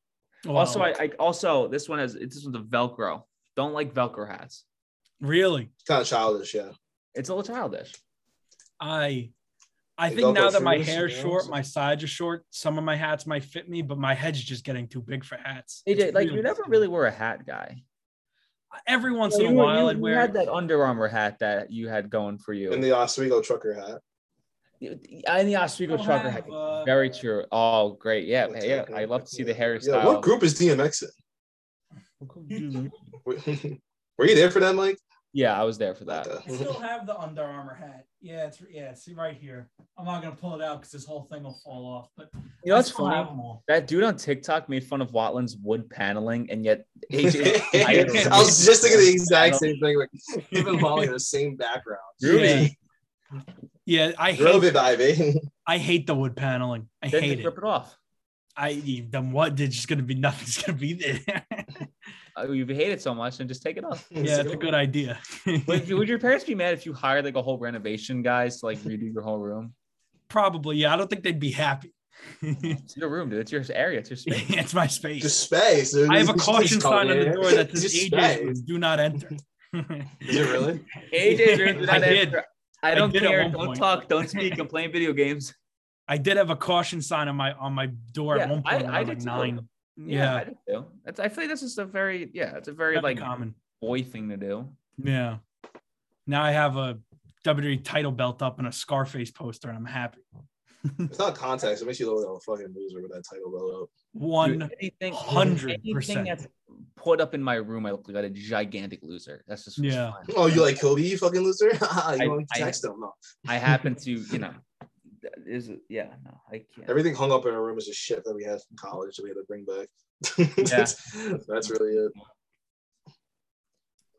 A: Well,
B: Also, I, I also this one has this one's a Velcro. Don't like Velcro hats.
A: really,
C: It's kind of childish. Yeah.
B: It's a little childish.
A: I, I
C: They
A: think
C: don't go
A: now that my
C: through this,
A: hair's
C: you know,
A: short,
C: so-
A: my sides are short. Some of my hats might fit me, but my head's just getting too big for hats.
B: AJ,
A: It's
B: like
A: really
B: you never
A: stupid.
B: really were a hat guy.
A: Every once
B: You
A: in a
B: were-
A: while,
B: you-
A: I'd
B: you
A: wear.
B: had that Under Armour hat that you had going for you.
C: And the Oswego trucker hat.
B: You- And the Oswego
A: Don't
B: trucker
A: have,
B: hat.
A: uh,
B: Very true. Oh, great. Yeah,
C: Like,
B: yeah.
C: uh,
B: I love to see the
C: yeah. Yeah,
B: hairstyle.
C: What group is DMX
A: I
C: in? Were you there for that, Mike?
B: Yeah, I was there for that.
C: Okay.
A: still have the Under Armour hat. Yeah, it's yeah, see right here. I'm not gonna pull it out because this whole thing will fall off. But
B: You know,
A: I
B: it's
A: still have
B: funny.
A: 'em all.
B: That dude on TikTok made fun of Watlin's wood paneling, and yet AJ.
C: I was just thinking the exact same thing. Like, even Molly, the same background.
B: Ruby.
A: Yeah, I hate
C: Drove it, Ivy.
A: I hate the wood paneling. I
B: Then they
A: hate it.
B: rip it off.
A: I then what? There's just gonna be nothing's gonna be there.
B: Uh, you hate it so much, and just take it off.
A: yeah, it's a good idea.
B: would, you- would your parents be mad if you hired like a whole renovation guys to like redo your whole room?
A: Probably. Yeah, I don't think they'd be happy.
B: It's your room, dude. It's your area. It's your space.
A: it's my space.
C: Just space. dude.
A: I have a
C: Just
A: caution
C: come
A: sign on the
C: here.
A: door that says
C: Just
A: "AJ's
C: space.
A: room, do not enter."
C: Is it really?
B: AJ's room.
A: I did.
B: I don't
A: did at
B: care.
A: one
B: Don't
A: point.
B: talk. Don't speak. I'm playing video games.
A: I did have a caution sign on my on my door
B: Yeah,
A: at one
B: I-
A: point. when
B: I
A: was,
B: did
A: like
B: too.
A: nine.
B: I
A: Yeah,
B: do too. That's, I feel like this is a very yeah, it's a very
A: very
B: like
A: common.
B: boy thing to do.
A: Yeah. Now I have a WWE title belt up and a Scarface poster, and I'm happy.
C: It's not context. It makes you look like a fucking loser with that title belt up.
A: One.
B: Dude, anything,
A: 100%.
B: anything that's put up in my room, I look like a gigantic loser. That's just what's
A: Yeah.
B: fun.
C: Oh, you like Kobe? You fucking loser! you
B: I-
C: want
B: I-
C: to text him? No.
B: I happen to, you know, that is yeah, no, I can't.
C: Everything hung up in our room is just shit that we had from college that we had to bring back. that's, that's really it.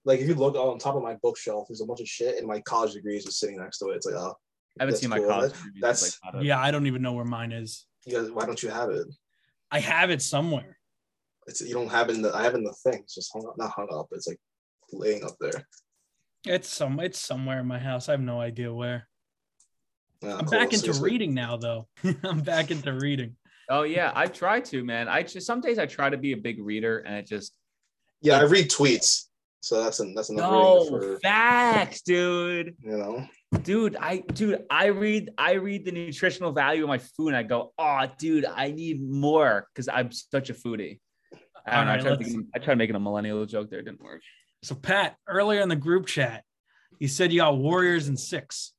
C: Like if you look on top of my bookshelf, there's a bunch of shit, and my college degrees is sitting next to it. It's like, oh,
B: I haven't
C: that's
B: seen my
C: cool.
B: college.
C: That-
B: movies,
C: that's-
B: like, not a-
A: Yeah, I don't even know where mine is.
C: you guys, why don't you have it?
A: I have it somewhere.
C: It's you don't have it in the I have it in the thing. It's just hung up, not hung up. It's like laying up there.
A: It's some. It's somewhere in my house. I have no idea where.
C: Yeah,
A: I'm
C: cool,
A: back into
C: seriously.
A: reading now, though. I'm back into reading.
B: Oh yeah, I try to, man. I just some days I try to be a big reader, and it just
C: Yeah, I read tweets. So that's an that's another
B: No
C: reason for
B: facts, dude.
C: you know.
B: Dude, I dude, I read I read the nutritional value of my food and I go, oh dude, I need more because I'm such a foodie. I don't know. I
A: All right,
B: tried,
A: let's-
B: making, I tried making a millennial joke there, it didn't work.
A: So Pat, earlier in the group chat, you said you got Warriors and six.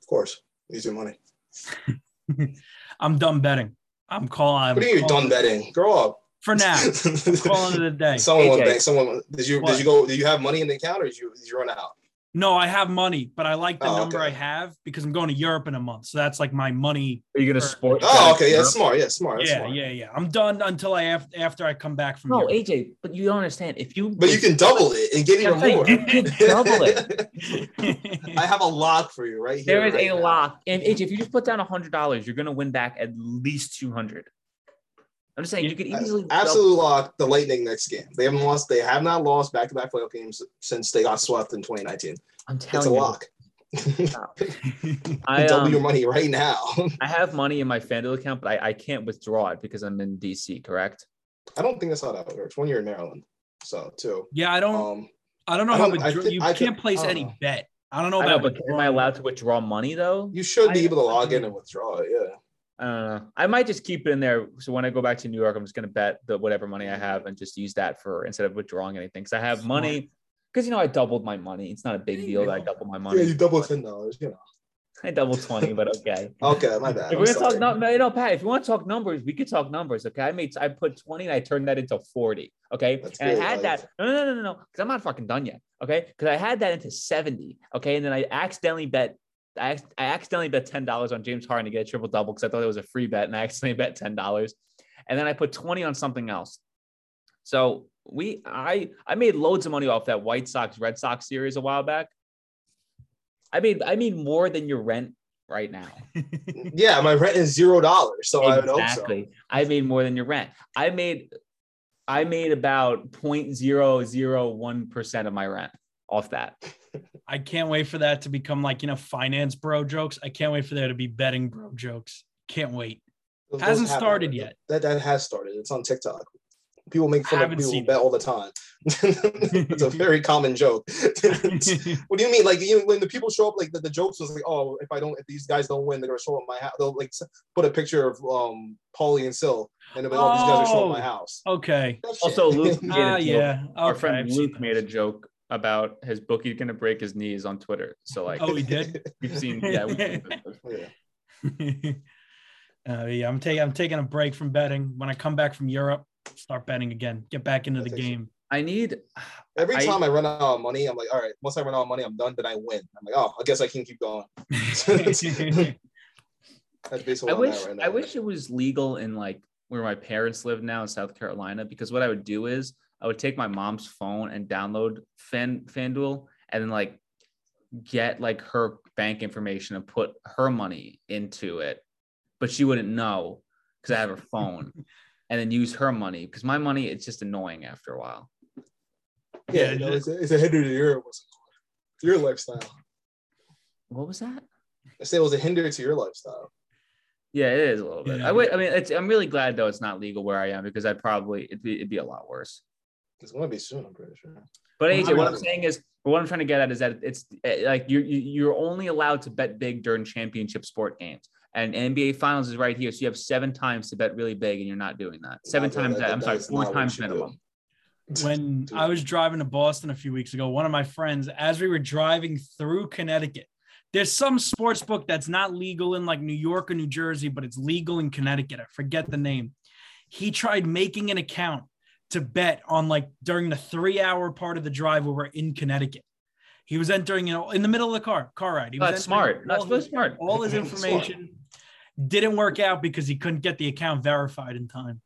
C: Of course, use your money.
A: I'm done betting. I'm calling. I'm
C: What are you
A: calling-
C: done betting? Grow up.
A: for now? calling it a day.
C: Someone went
B: AJ.
C: bank. Someone did you
A: What?
C: did you go? Did you have money in the account or did you did you run out?
A: No, I have money, but I like the
C: Oh,
A: number
C: okay.
A: I have because I'm going to Europe in a month. So that's like my money.
B: Are you gonna
A: Sure.
B: sport?
C: Oh, okay. Yeah, smart. Yeah, smart. Oh, that's
A: yeah,
C: smart.
A: yeah, yeah. I'm done until I af- after I come back from
B: No,
A: Europe.
B: AJ, but you don't understand. If you
C: But you can double it and get even
B: That's right,
C: more.
B: you can double it.
C: I have a lock for you right here.
B: there is
C: right
B: a
C: now.
B: lock. And AJ, if you just put down hundred dollars, you're gonna win back at least two hundred. I'm just saying you could
C: Uh,
B: easily
C: Absolute lock. The Lightning next game. They haven't lost. They have not lost back-to-back playoff games since they got swept in 2019.
B: I'm
C: It's a
B: telling you,
C: lock.
B: I,
C: double
B: um,
C: your money right now.
B: I have money in my FanDuel account, but I, I can't withdraw it because I'm in DC, correct?
C: I don't think that's how that works. One year in Maryland, so too.
A: yeah, I don't.
C: Um,
A: I don't know
C: I
A: how
C: don't- I
A: withdraw-
C: think-
A: you
C: I
A: can't
C: could-
A: place
C: I don't
A: any
C: know.
A: bet. I don't know
B: I
A: about.
B: know, but am I allowed to withdraw money though?
C: you should be
A: I-
C: able to log in and withdraw it. Yeah.
B: I don't know. I might just keep it in there. So when I go back to New York, I'm just gonna bet the whatever money I have and just use that for instead of withdrawing anything. Cause I have
A: Smart.
B: money. Cause you know I doubled my money. It's not a big
A: There
B: deal
A: you
B: that I
A: go.
B: double my money.
C: Yeah, you double ten dollars. You know.
B: I doubled 20, but okay.
C: Okay, my bad.
B: If
C: I'm
B: we're gonna talk
C: sorry.
B: num- no, you know, Pat, if you want to talk numbers, we could talk numbers. Okay. I made I put 20 and I turned that into 40. Okay.
C: That's
B: and
C: great,
B: I had
C: like-
B: that. No, no, no, no, no. Because I'm not fucking done yet. Okay. Because I had that into 70. Okay. And then I accidentally bet. I, ac- I accidentally bet ten dollars on James Harden to get a triple double because I thought it was a free bet, and I accidentally bet ten dollars, and then I put twenty on something else. So we, I, I made loads of money off that White Sox Red Sox series a while back. I made, I made more than your rent right now.
C: Yeah, my rent is zero dollars, so I would hope so.
B: Exactly. I made more than your rent. I made I made about 0.001% of my rent off that.
A: I can't wait for that to become like you know finance bro jokes. I can't wait for there to be betting bro jokes. Can't wait.
C: Those- those
A: Hasn't
C: happen
A: started
C: already.
A: yet.
C: That that has started. It's on TikTok. People make fun of
A: Haven't
C: people who
A: seen
C: bet all the time. it's a very common joke. what do you mean? Like you know, when the people show up, like the, the jokes was like, oh, if I don't, if these guys don't win, they're gonna show up at my house. They'll like s- put a picture of um Paulie and Sil, and they'll be like, oh, these guys are showing up at
A: Oh.
C: my house.
A: okay.
C: That shit.
B: Also, Luke made
A: Ah,
B: a joke.
A: yeah. Okay.
B: Our
A: I've
B: friend
A: seen
B: Luke made a
A: those.
B: joke about his bookie gonna break his knees on Twitter. So like
A: Oh, he did.
B: we've seen yeah, we've seen this.
C: yeah.
A: Uh, yeah, I'm taking I'm taking a break from betting. When I come back from Europe, start betting again. Get back into the
C: That's actually-
A: game.
B: I need
C: Every
B: I-
C: time I run out of money, I'm like, all right, once I run out of money, I'm done. Then I win. I'm like, oh, I guess I can keep going. That's basically
B: I
C: what I'm
B: wish
C: at right now.
B: I wish it was legal in like where my parents live now in South Carolina because what I would do is I would take my mom's phone and download Fan FanDuel and then like get like her bank information and put her money into it, but she wouldn't know because I have her phone. And then use her money because my money it's just annoying after a while.
C: Yeah, no, it's, a, it's a hinder to your your lifestyle.
B: What was that?
C: I say it was a hinder to your lifestyle.
B: Yeah, it is a little bit.
A: Yeah.
B: I would. I mean, it's, I'm really glad though it's not legal where I am because I'd probably it'd be, it'd be a lot worse.
C: It's gonna be soon, I'm pretty sure.
B: But
A: Well,
B: AJ, what I'm
C: how-
B: saying is, what I'm trying to get at is that it's eh, like you're you- you're only allowed to bet big during championship sport games, and NBA Finals is right here, so you have seven times to bet really big, and you're not doing that. Seven
C: Not that-
B: times
C: that-
B: that. I'm sorry,
C: that's
B: four
C: not what
B: times
C: you do.
B: minimum.
A: when I was driving to Boston a few weeks ago, one of my friends, as we were driving through Connecticut, there's some sports book that's not legal in like New York or New Jersey, but it's legal in Connecticut. I forget the name. He tried making an account to bet on like during the three hour part of the drive where we're in Connecticut. He was entering, you know, in the middle of the car, car ride. He was
B: That's
A: entering
B: smart. That's
A: all
B: really
A: his-
B: smart.
A: all his information didn't work out because he couldn't get the account verified in time.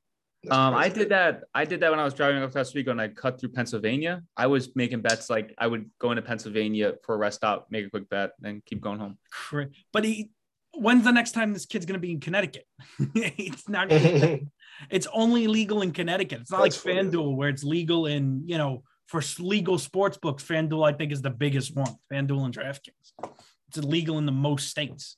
B: Um, I did that. I did that when I was driving up last week when I cut through Pennsylvania. I was making bets like I would go into Pennsylvania for a rest stop, make a quick bet, then keep going home.
A: Cra- But he, when's the next time this kid's gonna be in Connecticut? it's not.
C: that.
A: It's only legal in Connecticut. It's not
C: That's
A: like
C: funny.
A: FanDuel where it's legal in you know for s- legal sports books. FanDuel I think is the biggest one. FanDuel and DraftKings. It's illegal in the most states.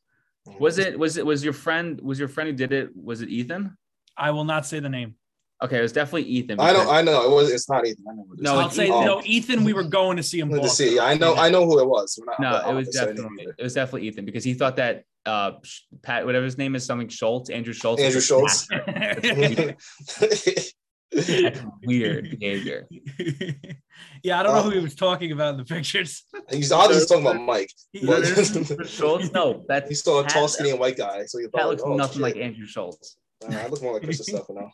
B: Was it? Was it? Was your friend? Was your friend who did it? Was it Ethan?
A: I will not say the name.
B: Okay, it was definitely Ethan.
C: I don't.
B: because-
C: I know it was. It's not Ethan. I know. What it
B: No,
A: So
C: is.
A: I'll
B: it's
A: say
C: Ethan.
A: no. Ethan, we were going to see him.
C: Let me
A: walk.
C: see. I know. I know who it was. We're not-
B: no,
C: I'm
B: it was
C: not saying
B: definitely
C: anything.
B: it was definitely Ethan because he thought that uh Sh- Pat whatever his name is something Schultz Andrew Schultz was
C: Andrew
B: just
C: Schultz.
B: mad. That's weird behavior.
A: yeah, I don't know
C: Oh.
A: who he was talking about in the pictures.
C: He's obviously talking about Mike.
A: He-
C: Well,
B: Andrew Schultz? No,
C: He
B: that's
C: saw a tall,
B: Pat-
C: skinny, and white guy. So he thought,
B: Pat looks
C: oh,
B: nothing like
C: shit.
B: Andrew Schultz.
C: Nah, I look more like Chris Stefano.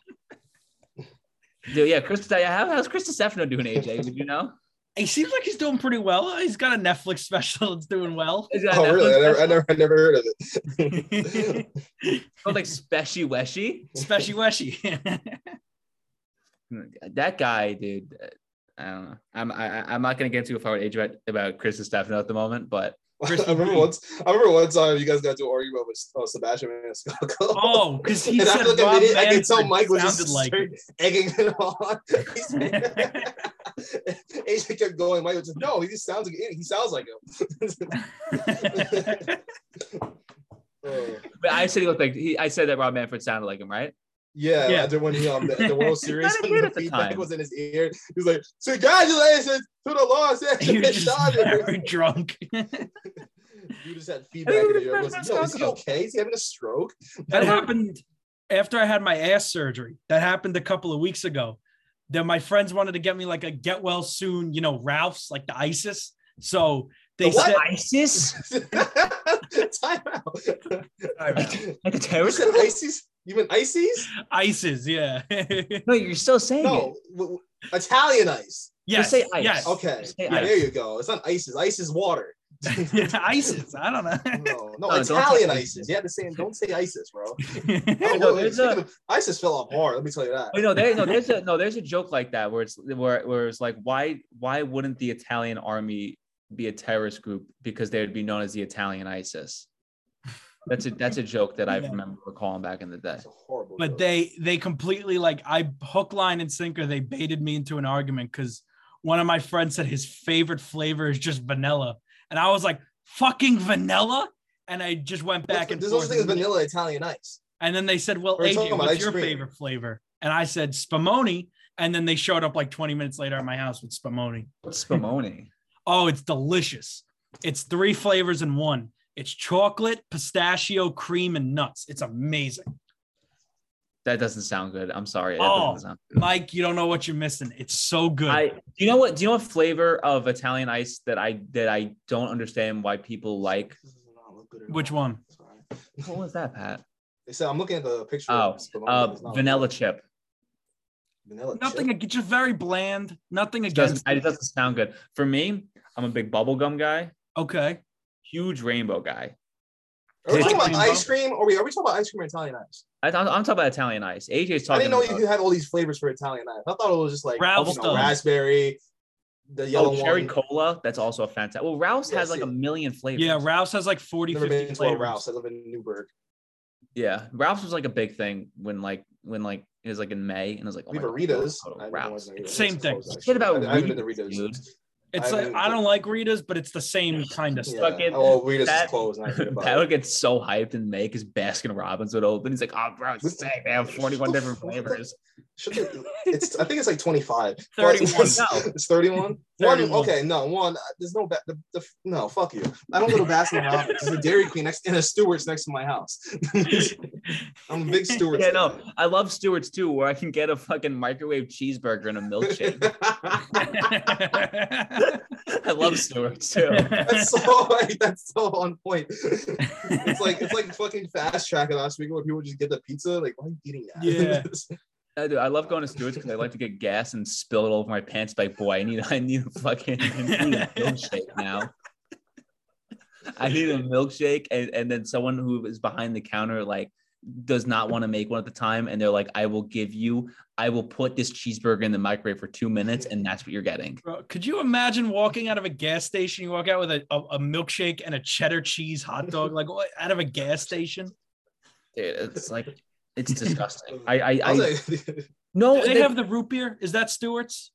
B: Dude, yeah, Chris. How, how's Chris Stefano doing? AJ, would you know?
A: he seems like he's doing pretty well. He's got a Netflix special that's doing well.
B: He's got
C: Oh,
B: that
C: really? I
B: one
C: never, I never, I never heard of
A: Speshy
C: it.
B: called like Speshy Weshy.
A: Weshy.
B: That guy, dude. uh, I don't know. I'm I, I- I'm not gonna get too far with AJ about, about Chris Stefano at the moment, but
A: Chris
C: I remember
A: Lee.
C: once. I remember one time you guys got to an argument with uh, Sebastian Maniscalco.
A: oh, because he
C: And
A: said
C: after like a
A: Rob
C: minute, I could tell
A: Manfred
C: Mike was just
A: sounded like
C: straight egging it on. He's- Asian kept going. Mike was just no. He just sounds like he sounds like him.
A: it.
C: Oh.
B: but I said he looked like he. I said that Rob Manfred sounded like him, right?
C: Yeah,
A: Yeah.
C: after when he um the, the World Series
B: kinda
C: when
B: good
C: the
B: at the
C: feedback
B: time.
C: was in his ear, he was like, "Congratulations to the Los
A: He was
C: Angeles
A: just
C: Dodgers."
A: very drunk.
C: You just had feedback in your ear. It was
B: Chris
C: like, Yo, is he
B: Maniscalco.
C: okay? Is he having a stroke?
A: That happened after I had my ass surgery. That happened a couple of weeks ago. Then my friends wanted to get me like a get well soon, you know, Ralph's, like the ISIS. So they
C: The what?
A: said,
B: ISIS.
C: Time out.
B: Like a
C: You
B: terrorist?
C: said Ices? You mean Ices?
A: ISIS, yeah. yes,
B: No, you're still saying
C: No, w- w- Italian ice.
B: say ice.
A: yes.
C: Okay,
B: Say
C: yeah,
B: ice.
C: there you go. It's not Ices. Ice is water.
A: ISIS, I don't know.
C: No, no,
B: No, don't say
C: Italian
B: ISIS.
C: ISIS. You had to say, don't say ISIS, bro.
B: No,
C: Oh, really?
B: there's
C: Speaking of- ISIS fell off hard. Let me tell you that.
B: Oh, no, there, no, there's a no, there's a joke like that where it's where, where it's like, why why wouldn't the Italian army be a terrorist group because they would be known as the Italian ISIS? That's a that's a joke that I
A: Yeah.
B: remember recalling back in the day.
C: It's a horrible.
A: but
C: joke.
A: they they completely like I hook line and sinker they baited me into an argument because one of my friends said his favorite flavor is just vanilla and I was like fucking vanilla and I just went
C: What's
A: back
C: the-
A: and
C: there's
A: forth
C: also thing as
A: and,
C: vanilla Italian ice.
A: and then they said well
C: We're
A: AJ
C: talking about
A: what's
C: ice
A: your
C: cream.
A: favorite flavor and I said spumoni and then they showed up like 20 minutes later at my house with spumoni
B: What's Spumoni?
A: oh it's delicious it's three flavors in one it's chocolate pistachio cream and nuts it's amazing
B: That doesn't sound good. I'm sorry. That
A: Oh,
B: doesn't sound good.
A: Mike you don't know what you're missing it's so good
B: I do you know what do you know what flavor of Italian ice that I that I don't understand why people like?
C: This does not look good at
A: Which
C: all.
A: one?
C: Sorry.
B: What was that, Pat?
C: They said I'm looking at the picture.
B: Oh,
C: of spumoni.
B: Uh,
C: It's not-
B: vanilla chip.
C: Vanilla.
A: nothing
C: chip.
A: ag- just very bland nothing
B: Doesn't,
A: against
B: it doesn't sound good. For me, I'm a big bubblegum guy,
A: okay
B: huge rainbow guy.
C: Are we
B: Ice
C: talking about
A: cream,
C: ice cream? Or are we, are we talking about ice cream or Italian ice?
B: I, I'm, I'm talking about Italian ice. AJ's
C: I
B: talking.
C: didn't know you
B: about,
C: could have all these flavors for Italian ice. I thought it was just like
A: Ralph's
C: you know,
A: does.
C: raspberry, the yellow
B: oh,
C: one.
B: cherry cola. That's also a fantastic. Well, Ralph's
C: Yeah,
B: has like
C: see.
B: a million flavors.
A: yeah rouse has like 40
C: Never
A: 50
C: been to a
A: flavors.
C: Ralph's. I live in Newburgh.
B: yeah. Ralph's was like a big thing when like when like it was like in May and it was like oh
C: we have
B: my God,
C: Ritas.
B: go to
C: I haven't
B: Ralph's.
C: been to Ritas.
A: Same
C: It's
A: thing.
C: close, actually.
B: Shit about
C: I, I haven't been to
B: Ritas,
C: Ritas.
B: dude.
A: it's
C: I
A: like
C: haven't-
A: i don't like ritas but it's the same kind of
C: Yeah.
A: stuff
B: Fucking-
C: Oh, Ritas
B: Pat-
C: is closed. and I heard about
B: Pat
C: it.
B: would get so hyped in May because Baskin Robbins would open. He's like, oh, bro, it's sick. They have 41 different flavors.
C: Should they- it's I think it's like 25.
A: 31.
C: But It's,
B: No.
C: it's 31. One,
A: 31.
C: okay, no, one. uh, There's no ba- the, the, no. Fuck you. I don't go to Baskin Robbins. There's a Dairy Queen next and a Stewart's next to my house. I'm a big Stewart's.
B: Yeah, no, I love Stewart's too, where I can get a fucking microwave cheeseburger and a milkshake. I love Stewart's too.
C: that's so like, that's so on point. It's like it's like fucking fast track last week where people just get the pizza. Like, why are you eating that?
A: Yeah.
B: I do. I love going to Stewart's because I like to get gas and spill it all over my pants. Like, boy, I need, I need a fucking I need a milkshake now. I need a milkshake, and, and then someone who is behind the counter like does not want to make one at the time, and they're like, "I will give you, I will put this cheeseburger in the microwave for two minutes, and that's what you're getting."
A: Bro, could you imagine walking out of a gas station you walk out with a, a, a milkshake and a cheddar cheese hot dog like what, out of a gas station
B: Dude, it's like it's disgusting. I, I,
C: I was
B: I
C: like, the
B: no,
A: do they
B: they-
A: have the root beer is that stewart's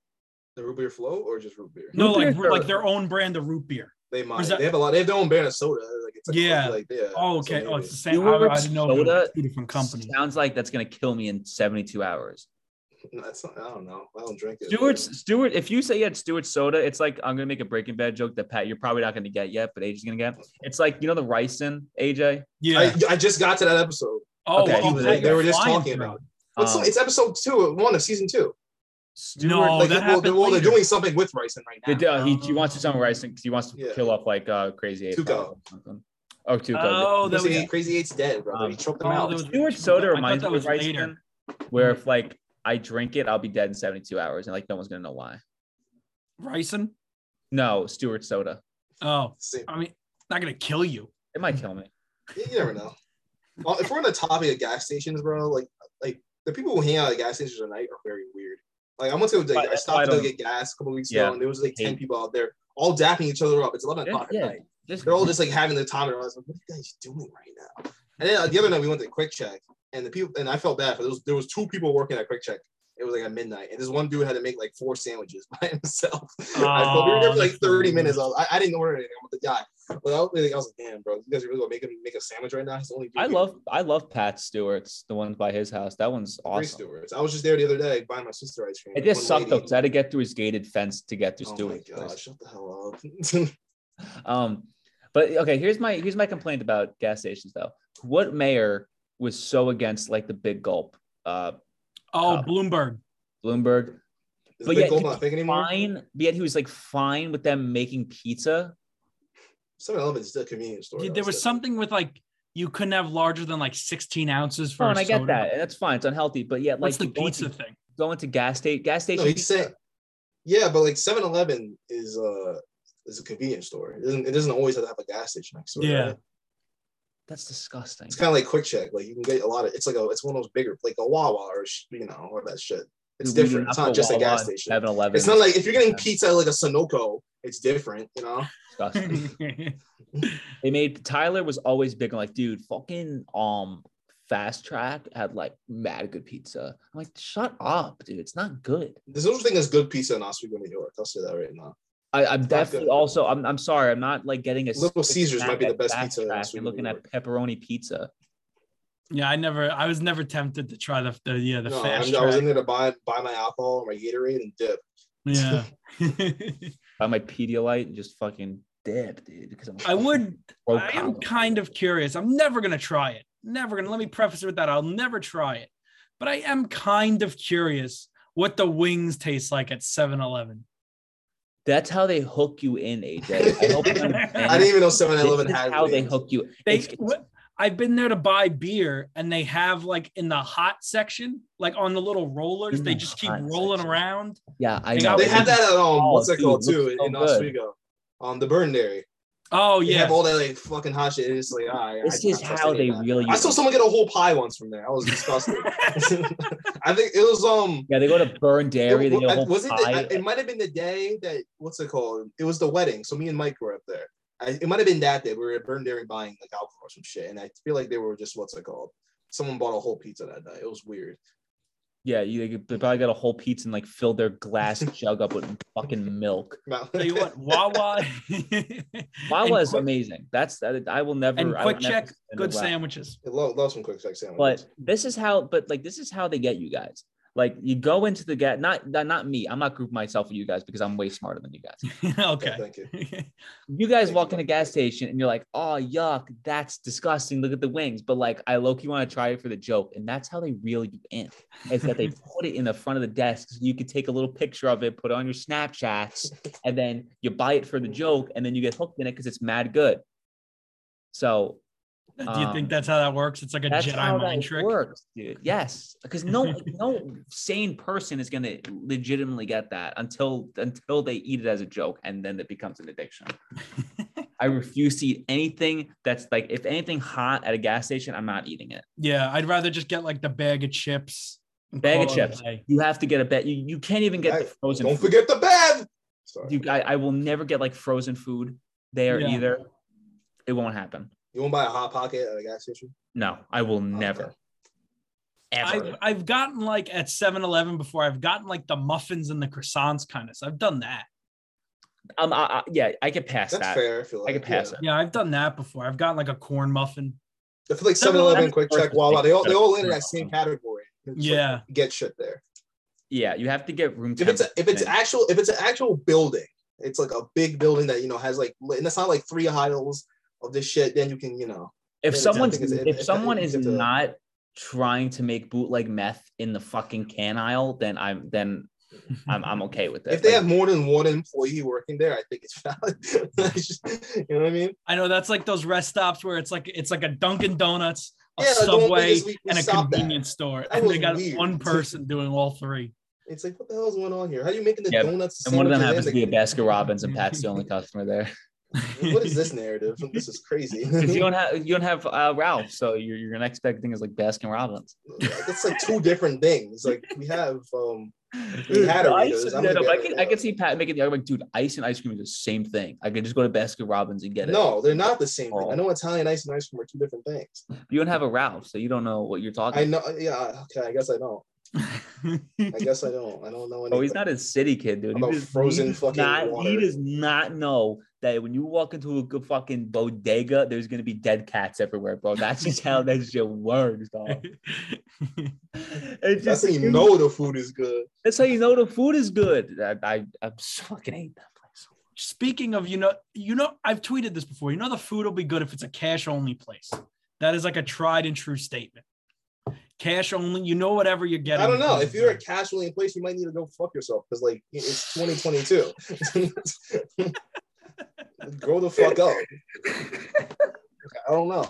C: root beer flow or just root beer?
A: no
B: Root
A: like
B: beer?
A: like their own brand of root beer
C: They might.
A: that-
C: They have a lot. They have their own brand of soda. Like it's like,
A: Yeah.
C: Like, yeah.
A: oh
C: so
A: okay oh
C: maybe.
A: it's the same i,
B: Stewart's
A: I didn't know if it was
B: soda
A: two different companies
B: Sounds like that's gonna kill me in 72 hours.
C: That's not, I don't know. I don't drink it.
B: Stewart's Stewart. If you say you had Stewart soda, it's like I'm gonna make a Breaking Bad joke that Pat you're probably not gonna get yet, but AJ's gonna get. It's like you know the ricin AJ.
A: Yeah.
C: I, I just got to that episode.
A: oh,
B: okay.
A: oh,
C: They- they were just
A: flying
C: talking
A: through.
C: about What's
B: Um,
C: it's episode two, one of season two.
B: Stewart,
A: No, Oh,
C: like,
A: that
C: well, they're,
A: happened
C: well, they're
A: later.
C: doing something with Ricin right
B: They
C: now.
B: do, he, he wants to do something with ricin because he wants to
C: Yeah.
B: kill off like uh, crazy ape.
C: Tuco.
B: or something. Oh, Tuco.
A: Oh, that
C: Crazy,
A: was
C: Eight- Crazy Eight's dead, brother. he
B: Um,
C: choked him
A: oh,
C: out.
A: that was
B: Stewart
A: I
B: soda
A: thought
B: reminds
A: that
B: me of
A: was
B: ricin,
A: later.
B: where if like I drink it, I'll be dead in 72 hours, and like no one's gonna know why.
A: Ricin.
B: No, Stewart soda.
A: Oh,
C: Same.
A: I mean, not gonna kill you.
B: It might kill me.
C: You you never know. Well, if we're on the topic of gas stations, bro, like like the people who hang out at gas stations at night are very weird. Like I went to like, I
B: That's why I
C: stopped to go
B: don't-
C: get gas a couple weeks
B: Yeah.
C: ago, and there was like ten
B: Hate.
C: people out there all dapping each other up. It's eleven
B: Yeah,
C: o'clock
B: yeah.
C: at night.
B: Just
C: They're all just like having their time, and I was like, "What are you guys doing right now?" And then uh, the other night we went to Quick Check, and the people and I felt bad for those. There was two people working at Quick Check. It was like at midnight, and this one dude had to make like four sandwiches by himself. I felt, we were there for
A: Oh,
C: like
A: that's
C: 30
A: the
C: minutes. I, was, I, I didn't order anything. I'm with the guy. But I was, like, I was like, damn, bro, you guys are really gonna make him make a sandwich right now? He's the only. dude
B: I
C: here."
B: love I love Pat Stewart's, the one by his house. That one's
C: Three
B: awesome.
C: Stewarts. I was just there the other day buying my sister ice cream.
B: It
C: One
B: just sucked though,
C: lady-
B: because I had to get through his gated fence to get to
C: Oh my
B: Stewart's.
C: god!
B: place.
C: Shut the hell up.
B: Um, but okay, here's my here's my complaint about gas stations though. What mayor was so against like the big gulp? Uh,
A: Oh,
B: Uh,
A: Bloomberg.
B: Bloomberg.
C: Is
B: But
C: Big
B: yet
C: Gold
B: he-
C: not a thing anymore?
B: Fine, but yet he was like fine with them making pizza.
C: 7-Eleven is still a convenience store.
A: Yeah,
C: though,
A: there was
C: so-
A: something with like you couldn't have larger than like 16 ounces for.
B: Fine,
A: a
B: I get
A: soda.
B: that, Oh, and that's fine. It's unhealthy, but yet like
A: What's the
B: you go
A: pizza
B: into-
A: thing?
B: Go into gas station, gas
C: No,
B: station.
C: he's saying. Yeah, but like 7-Eleven is uh is a convenience store. It doesn't, it doesn't always have to have a gas station next to it.
A: Yeah.
C: right?
B: that's disgusting.
C: It's kind of like Quick Check. Like you can get a lot of. It's like a. It's one of those bigger, like a Wawa or sh- you know, or that shit. It's different. It's not just a gas station.
B: Seven Eleven.
C: It's not like if you're getting pizza at like a Sunoco, it's different. You know.
B: disgusting. they made Tyler was always big on like, dude, fucking um fast track had like mad good pizza. I'm like, shut up, dude. It's not good.
C: There's no such thing as good pizza in Oswego, New York. I'll say that right now.
B: I, I'm
C: It's not
B: definitely
C: good.
B: also I'm, I'm sorry, I'm not like getting a
C: Little
B: six
C: Caesars
B: pack
C: might be the
B: at
C: best
B: Fast
C: pizza in
B: Track
C: Oswego,
B: and looking
C: New
B: at pepperoni pizza.
A: yeah, I never. I was never tempted to try the, the yeah the
C: No,
A: fast
C: I'm- I was
A: track.
C: in there to buy buy my alcohol, my Gatorade, and dip.
A: Yeah.
B: Buy my Pedialyte and just fucking dip, dude. Because I'm a
A: I would.
B: broke
A: I am
B: college.
A: kind of curious. I'm never gonna try it. Never gonna. Let me preface it with that. I'll never try it. But I am kind of curious what the wings taste like at 7-Eleven.
B: That's how they hook you in, AJ. I hope you understand.
C: I didn't even know
B: This
C: 7-Eleven
B: is
C: had.
B: how they
C: wings.
B: hook you.
A: They.
B: It's-
A: wh- I've been there to buy beer, and they have like in the hot section, like on the little rollers,
B: In
A: they
B: the
A: just keep
B: hot
A: rolling
B: section.
A: around.
B: yeah, I
A: They
B: know.
A: got-
C: They had that at um,
B: Oh,
C: what's that
B: dude, looks
C: called too in,
B: so
C: in
B: good.
C: Oswego, um, the Burn Dairy.
A: Oh
C: They
A: yeah.
C: have all that like fucking hot shit. It's like, all right,
B: This
C: I- I
B: is
C: trust
B: how
C: any
B: they
C: of that.
B: reel you.
C: I saw
B: in.
C: someone get a whole pie once from there. I was disgusted. I think it was um.
B: Yeah, they go to Burn Dairy. They
C: it,
B: get a
C: wa-
B: whole
C: was it? the-
B: pie.
C: it might have been the day that what's it called? It was the wedding. So me and Mike were up there. I, it might have been that day we were at Burn Dairy buying like alcohol or some shit, and I feel like they were just what's it called? Someone bought a whole pizza that night. It was weird.
B: yeah, you, they probably got a whole pizza and like filled their glass jug up with fucking milk.
A: They want Wawa.
B: Wawa
A: And
B: is
A: Quick-
B: amazing. That's that. I will never.
A: and
B: I
A: quick
B: will never
A: check,
B: spend
A: good
B: a laugh.
A: sandwiches.
C: I love, love some quick sex sandwiches.
B: But this is how. But like this is how they get you guys. Like you go into the gas. Not not not me. I'm not grouping myself with you guys because I'm way smarter than you guys.
C: Yeah,
A: okay.
C: thank you.
B: You guys
C: Thank
B: walk
C: you.
B: in a gas station and you're like, oh yuck, that's disgusting. Look at the wings. But like I low key want to try it for the joke. And that's how they reel you in. Is that they put it in the front of the desk so you could take a little picture of it, put it on your Snapchats, and then you buy it for the joke, and then you get hooked in it because it's mad good. So
A: Do you think
B: Um,
A: that's how that works? It's like a
B: that's
A: Jedi
B: how
A: mind
B: that
A: trick.
B: works, dude. Yes. Because no no sane person is gonna legitimately get that until until they eat it as a joke and then it becomes an addiction. I refuse to eat anything that's like if anything hot at a gas station, I'm not eating it.
A: Yeah, I'd rather just get like the bag of chips. Oh, and
B: Bag of
A: call it a
B: chips.
A: day.
B: You have to get a bet. You you can't even get the
C: Hey,
B: frozen
C: Don't
B: food.
C: forget the bed. Sorry. You,
B: You, I, I will never get like frozen food there
A: Yeah.
B: either. It won't happen.
C: want to buy a hot pocket at a gas station?
B: No, I will never. Ever.
A: I've, I've gotten like at 7 Eleven before, I've gotten like the muffins and the croissants kind of. So I've done that.
B: um I, I, yeah, I could pass
C: That's
B: that.
C: fair. I feel
B: I
C: like
B: could pass it.
A: Yeah, I've done that before. I've gotten like a corn muffin.
C: I feel like 7
B: 7-Eleven
C: Eleven, Quick
B: worth
C: Check,
B: the
C: Wawa, they all, they all
B: six-
C: enter that same category. It's like,
A: Yeah.
C: get shit there.
B: yeah, you have to get room
C: If it's a, if it's
B: temperature.
C: actual if it's an actual building, it's like a big building that you know has like and it's not like three aisles of this shit. Then you can you know
B: if
C: Yeah,
B: someone's
C: it's-
B: if,
C: it's-
B: someone
C: it's-
B: is
C: it's a-
B: not trying to make bootleg meth in the fucking can aisle, then I'm then I'm I'm okay with that.
C: if they
B: Like,
C: have more than one employee working there, I think it's valid. It's just- you know what I mean?
A: I know that's like those rest stops where it's like it's like a Dunkin' Donuts, a
C: Yeah, like the one
A: Subway,
C: biggest we- we
A: and a
C: stopped at.
A: convenience store,
C: That
A: and they
C: was
A: got
C: weird.
A: one person doing all three.
C: It's like what the hell's going on here? How are you making the
B: Yeah,
C: donuts?
B: and one of them
C: sandwiches
B: happens to be a
C: and
B: Baskin Robbins, and Pat's the only customer there.
C: the- What is this narrative? This is crazy.
B: 'Cause you don't have you don't have uh, Ralph, so you're you're gonna expect things like Baskin Robbins.
C: It's like two different things. Like we have um
B: Dude,
C: had a
B: ice
C: Doritos,
B: and-
C: I'm
B: no,
C: gonna
B: no,
C: get
B: but I
C: a
B: can I can
C: Doritos.
B: see Pat making the argument, dude. Ice and ice cream is the same thing. I could just go to Baskin Robbins and get it. Oh.
C: no, they're not the same thing. I know Italian ice and ice cream are two different things.
B: you don't have a Ralph, so you don't know what you're talking.
C: I know yeah, okay, I guess I don't. I guess I don't. I don't know anything.
B: Oh, he's not a city kid, dude.
C: About
B: he does,
C: frozen
B: he does
C: fucking
B: not, He
C: water.
B: does not know that when you walk into a good fucking bodega, there's gonna be dead cats everywhere, bro. That's just how that shit works, dog. It's
C: That's
B: just,
C: how you know the food is good.
B: That's how you know the food is good. I, I, I fucking hate that place.
A: Speaking of, you know, you know, I've tweeted this before. You know, the food will be good if it's a cash only place. That is like a tried and true statement. Cash only, you know, whatever you're getting.
C: I don't know. If you're a casually in place, you might need to go fuck yourself because like it's 2022. Grow the fuck up. I don't know.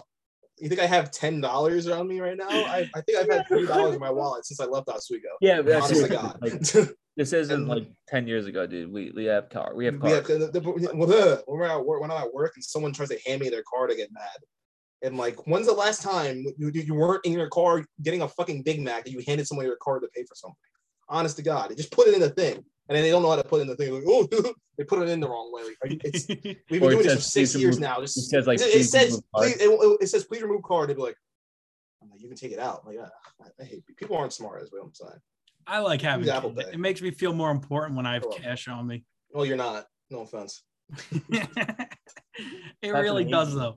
C: You think I have ten dollars around me right now? I, I think I've had three dollars in my wallet since I left Oswego.
B: Yeah, but that's
C: Honest to
B: seriously,
C: God.
B: like, this
C: And-
B: isn't like ten years ago, dude. We we have car, we have
C: We
B: car.
C: have- the- the- well, the- when we're at work, when I'm at work, and someone tries to hand me their card, I get mad. And like, when's the last time you, you, you weren't in your car getting a fucking Big Mac and you handed someone your card to pay for something? Honest to God, they just put it in the thing, and then they don't know how to put it in the thing. Like, oh, they put it in the wrong way. Like, are you- it's, we've been
B: Or it
C: doing this for
B: says,
C: six
B: "Please
C: years
B: remove-
C: now.
B: It
C: Just,
B: says like
C: it, it
B: please
C: says,
B: remove card.
C: please, it, it- it says, please remove card. They'd be like, I'm like, you can take it out. Like, ah, I, I hate people aren't smart. Is what I'm saying.
A: I like having
C: Apple
A: cash.
C: Pay.
A: it makes me feel more important when I have
C: Hold on.
A: cash on me.
C: No, you're not. No offense.
A: it really
B: amazing.
A: does though.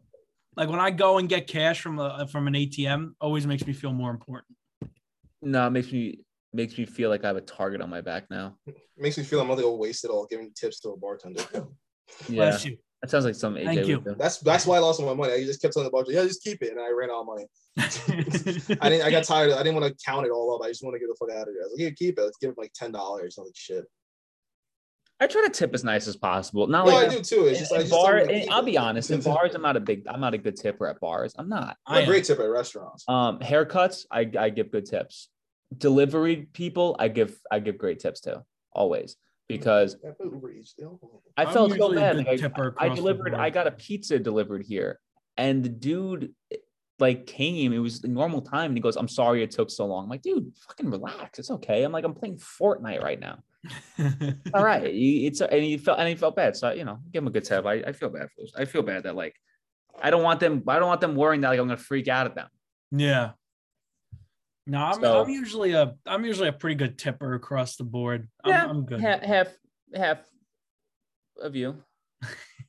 A: Like when I go and get cash from a from an ATM, always makes me feel more important.
B: No, it makes me makes me feel like I have a target on my back now.
C: It makes me feel I'm not gonna waste it all giving tips to a bartender.
B: Yeah,
A: Bless you.
B: that sounds like something. AJ
A: Thank
B: would
A: you.
B: do.
C: That's that's why I lost all my money. I just kept telling the bartender, yeah, just keep it, and I ran out of money. I didn't. I got tired. Of, I didn't want to count it all up. I just want to get the fuck out of here. I was like, yeah, keep it. Let's give it like ten dollars. I'm like, shit.
B: I try to tip as nice as possible. Not
C: No,
B: like
C: I do too. It's just, I
B: in
C: just
B: Oh, bar.
C: don't wanna
B: in-
C: keep
B: I'll
C: it.
B: be honest. In bars, I'm not a big. I'm not a good tipper at bars. I'm not.
C: I'm
A: I
C: a
A: am.
C: great tip at restaurants.
B: Um, haircuts, I I give good tips. Delivery people, I give I give great tips to always because
C: Yeah, but Uber Eats, they all-
B: I
A: I'm
B: felt so
A: usually a
B: bad.
A: good
B: like, I-
A: tipper
B: I
A: across the
B: delivered. I
A: board.
B: got a pizza delivered here, and the dude like came. It was the normal time, and he goes, "I'm sorry it took so long." I'm like, dude, fucking relax. It's okay. I'm like, I'm playing Fortnite right now. All right, you- it's and he felt and he felt bad. So you know, give him a good tip. I, I feel bad for those. I feel bad that like I don't want them. I don't want them worrying that like I'm gonna freak out at them.
A: yeah. No, I'm,
B: So-
A: I'm usually a I'm usually a pretty good tipper across the board. I'm,
B: Yeah,
A: I'm good.
B: half half half of you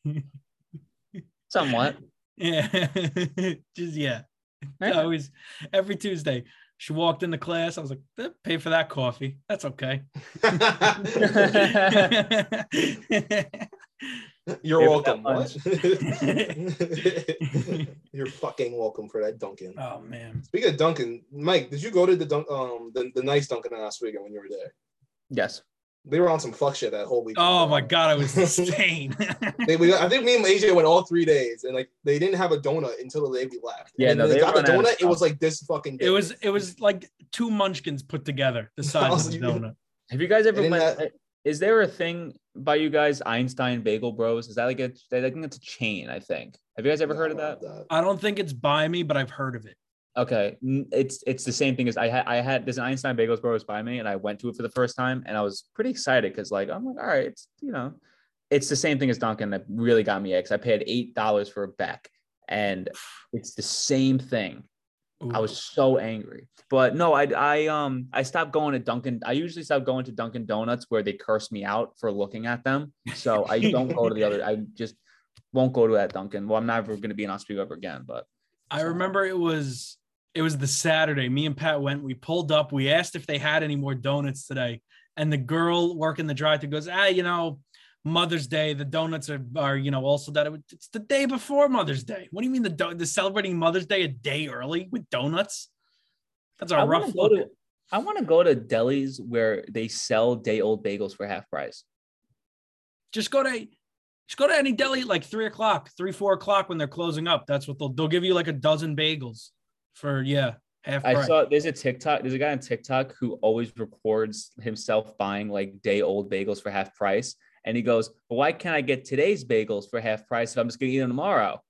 B: somewhat
A: Yeah. Just yeah. I
B: Yeah.
A: always every Tuesday. She walked into class. I was like, "Eh, pay for that coffee. That's okay.
C: You're
B: Yeah,
C: welcome.
B: but
C: What? You're fucking welcome for that Duncan.
A: oh man.
C: Speaking of Duncan, Mike, did you go to the dunk, um the, the nice Duncan in Oswego when you were there?
B: yes
C: They were on some fuck shit that whole week.
A: Oh my god, I was insane.
C: They, we, I think me and AJ went all three days, and like they didn't have a donut until the day we left.
B: Yeah,
C: and
B: no,
C: when
B: they
C: got the
B: run out of
C: donut. It
B: stuff.
C: was like this fucking.
A: it was it was like two munchkins put together the size of a
B: Oh,
A: donut.
B: have you guys ever
C: And in
B: went uh, is there a thing by you guys einstein bagel bros is that like a i think it's a chain i think have you guys ever heard of that
A: I don't think it's by me, but I've heard of it.
B: okay n- it's it's the same thing as i had i had this einstein bagels bros by me and i went to it for the first time and i was pretty excited because like i'm like all right it's you know it's the same thing as dunkin that really got me because i paid eight dollars for a back and it's the same thing I
A: Ooh.
B: was so angry. But no, I I um I stopped going to Dunkin'. I usually stop going to Dunkin' Donuts where they curse me out for looking at them. So I don't go to the other. I just won't go to that Dunkin'. Well, I'm never going to be in Oswego ever again. But
A: I remember it was It was the Saturday. Me and Pat went. We pulled up. We asked if they had any more donuts today, and the girl working the drive-thru goes, "Ah, you know, Mother's Day. The donuts are, are you know, also that it, was- it's the day before Mother's Day. What do you mean the do- the celebrating Mother's Day a day early with donuts? That's a
B: I want
A: rough
B: to go
A: look.
B: to. I want to go to delis where they sell day old bagels for half price.
A: just go to just go to any deli at like three o'clock, three four o'clock when they're closing up. That's what they'll they'll give you like a dozen bagels for yeah half
B: I
A: price.
B: saw there's a TikTok. There's a guy on TikTok who always records himself buying like day old bagels for half price, and he goes, "But why can't I get today's bagels for half price if I'm just gonna eat them tomorrow?"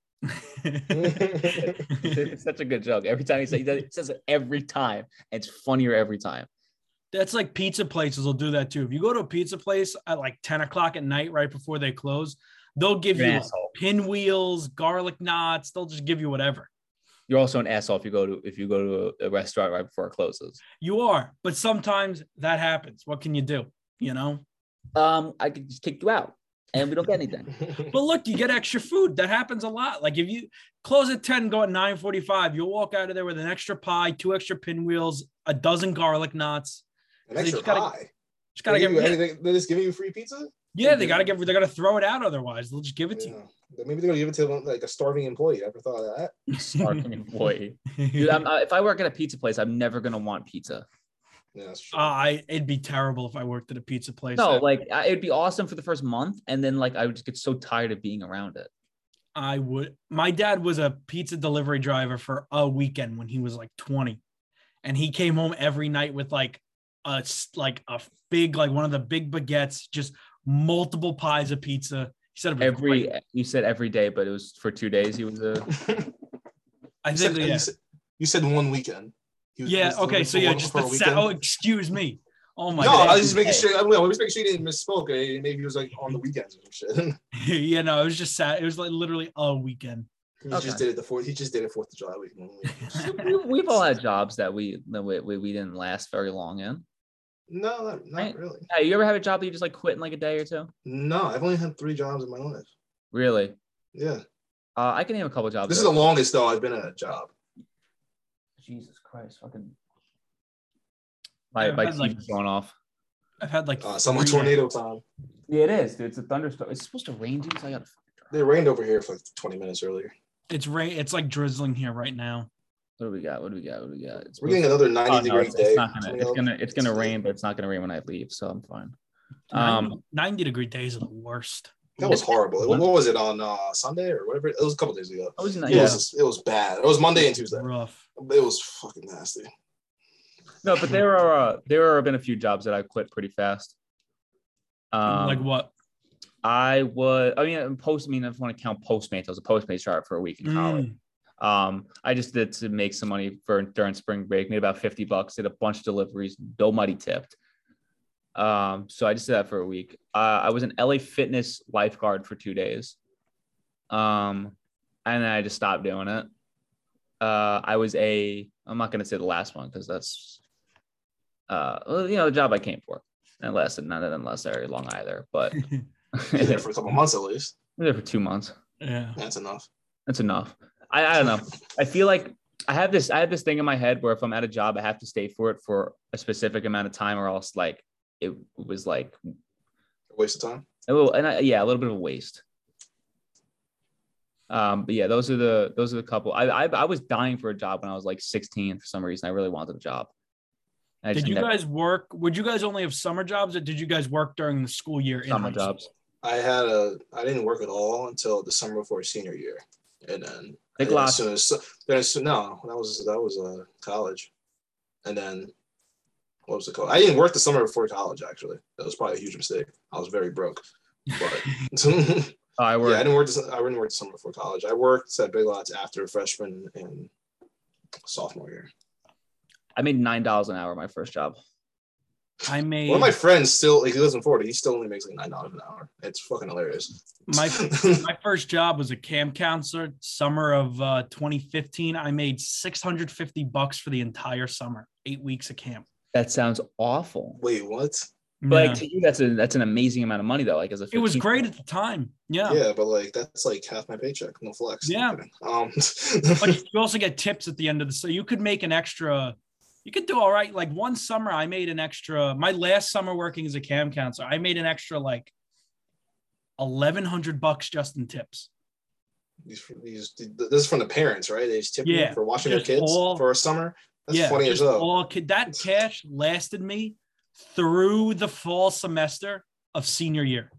B: it's such a good joke. Every time he says, he does- he says it every time, and it's funnier every time.
A: That's like pizza places will do that too. If you go to a pizza place at like ten o'clock at night, right before they close, they'll give
B: You're
A: you
B: an
A: like,
B: asshole.
A: pinwheels, garlic knots. They'll just give you whatever
B: You're also an asshole if you go to if you go to a, a restaurant right before it closes.
A: you are. But sometimes that happens. What can you do? You know.
B: Um, I could just kick you out, and we don't get anything.
A: But look, you get extra food. That happens a lot. Like if you close at 10, go at 9:45, you'll walk out of there with an extra pie, two extra pinwheels, a dozen garlic knots.
C: An extra
A: They gotta-
C: pie.
A: Just gotta
C: They
A: get
C: give you anything- They're just giving you free pizza.
A: yeah, they gotta give they gotta throw it out otherwise. They'll just give it to
C: Yeah. Maybe they're gonna give it to one- like a starving employee. I never thought of that.
B: Starving employee.
A: you.
B: Dude, I'm, I, if I work at a pizza place, I'm never gonna want pizza.
C: Yeah, that's true.
A: Ah, I it'd be terrible if I worked at a pizza place.
B: No, like I, it'd be awesome for the first month, and then like I would just get so tired of being around it.
A: I would. My dad was a pizza delivery driver for a weekend when he was like 20, and he came home every night with like a s- like a big like one of the big baguettes, just multiple pies of pizza. He said it was
B: Every eh,
A: great.
B: you said every day, but it was for two days. He was a
A: I think
C: you, said,
A: yeah.
C: you, said, you said one weekend. He was- he
A: yeah
C: was
A: okay.
C: looking
A: So
C: for
A: yeah,
C: one-
A: just
C: for
A: the
C: a
A: sa-
C: weekend?
A: oh excuse me. Oh my
C: no, I was
A: god.
C: just making sure. I was making sure you didn't misspoke. eh? Maybe he was like on the weekends or some shit.
A: you know, it was just sad. It was like literally a weekend.
C: He
B: Okay.
C: just did it the fourth. He just did it Fourth of July week.
B: we, we've all had jobs that we that we, we we didn't last very long in.
C: no, not, not
B: Right.
C: really.
B: Hey, you ever have a job that you just like quit in like a day or two?
C: No, I've only had three jobs in my life.
B: Really?
C: Yeah,
B: Uh, I can name a couple jobs.
C: this is
B: that-
C: the longest though I've been at a job.
B: Jesus Christ, fucking. My
A: I've
B: my
A: had, like-
B: TV's going off.
A: I've had like
C: Uh, summer
A: three-
C: tornado time.
B: Yeah, it is, dude. It's a thunderstorm. It's supposed to rain, dude. So I got.
C: It rained over here for like 20 minutes earlier.
A: It's rain. It's like drizzling here right now.
B: What do we got? What do we got? What do we got? It's
C: We're getting another 90
B: oh, no,
C: degree
B: it's,
C: day.
B: it's not gonna.
C: coming
B: It's
C: up.
B: gonna. It's gonna
C: It's-
B: rain, but it's not gonna rain when I leave, so I'm fine.
A: 90,
B: Um,
A: 90 degree days are the worst.
C: That was horrible. What was it on uh, Sunday or whatever? It was a couple days ago.
B: I was in
C: It,
A: Yeah.
C: was, it was bad. It was Monday and Tuesday.
A: Rough.
C: It was fucking nasty.
B: No, but there are uh, there have been a few jobs that I quit pretty fast. Um,
A: like what?
B: I was. I mean, I'm post. I mean, I want to count Postmates. I was a Postmates driver for a week in college.
A: Mm.
B: Um, I just did to make some money for during spring break. Made about fifty bucks. Did a bunch of deliveries. Nobody tipped. Um, so I just did that for a week. Uh, I was an LA Fitness lifeguard for two days. Um, and then I just stopped doing it. Uh, I was a. I'm not gonna say the last one because that's. Uh, well, you know, the job I came for. And it lasted none of them lasted very long either. But
A: Mm.
C: Yeah, for a couple months at least.
B: I was there for two months.
A: yeah.
C: That's enough.
B: That's enough. I, I don't know. I feel like I have this I have this thing in my head where if I'm at a job, I have to stay for it for a specific amount of time, or else like it was like
C: A waste of time.
B: a little and I, yeah, a little bit of a waste. Um, but yeah, those are the those are the couple. I, I I was dying for a job when I was like 16 for some reason. I really wanted a job. And I
A: Did
B: just
A: you
B: never-
A: guys work? Would you guys only have summer jobs, or did you guys work during the school year? in
B: summer
A: high school?
B: jobs?
C: I had a. I didn't work at all until the summer before senior year, and then
B: They
C: and then
B: glossed.
C: as soon as then as soon, no, that was that was uh, college, and then what was it called? I didn't work the summer before college. Actually, that was probably a huge mistake. I was very broke, but yeah,
B: Oh, I
C: I
B: worked.
C: didn't work. The, I didn't work the summer before college. I worked at Big Lots after freshman and sophomore year.
B: I made nine dollars an hour my first job.
A: I made
C: One of my friends still, like, he lives in Florida. He still only makes like nine dollars an hour. It's fucking hilarious.
A: my my first job was a camp counselor. Summer of uh, 2015, I made 650 bucks for the entire summer, eight weeks of camp.
B: That sounds awful.
C: Wait, what?
B: But
A: Yeah.
B: like to you, that's a that's an amazing amount of money though. Like as a
A: it was
B: 15
A: great at the time. Yeah.
C: Yeah. but like that's like half my paycheck. No flex.
A: Yeah.
C: Um.
A: But you also get tips at the end of the so you could make an extra you could do all right. Like one summer I made an extra my last summer working as a cam counselor, I made an extra like eleven hundred bucks just in tips.
C: these, these, this is from the parents, right? They just tip
A: Yeah.
C: you for watching
A: Just
C: their kids
A: all-
C: for a summer. That's funny as
A: just
C: hell.
A: all kid- that cash lasted me through the fall semester of senior year.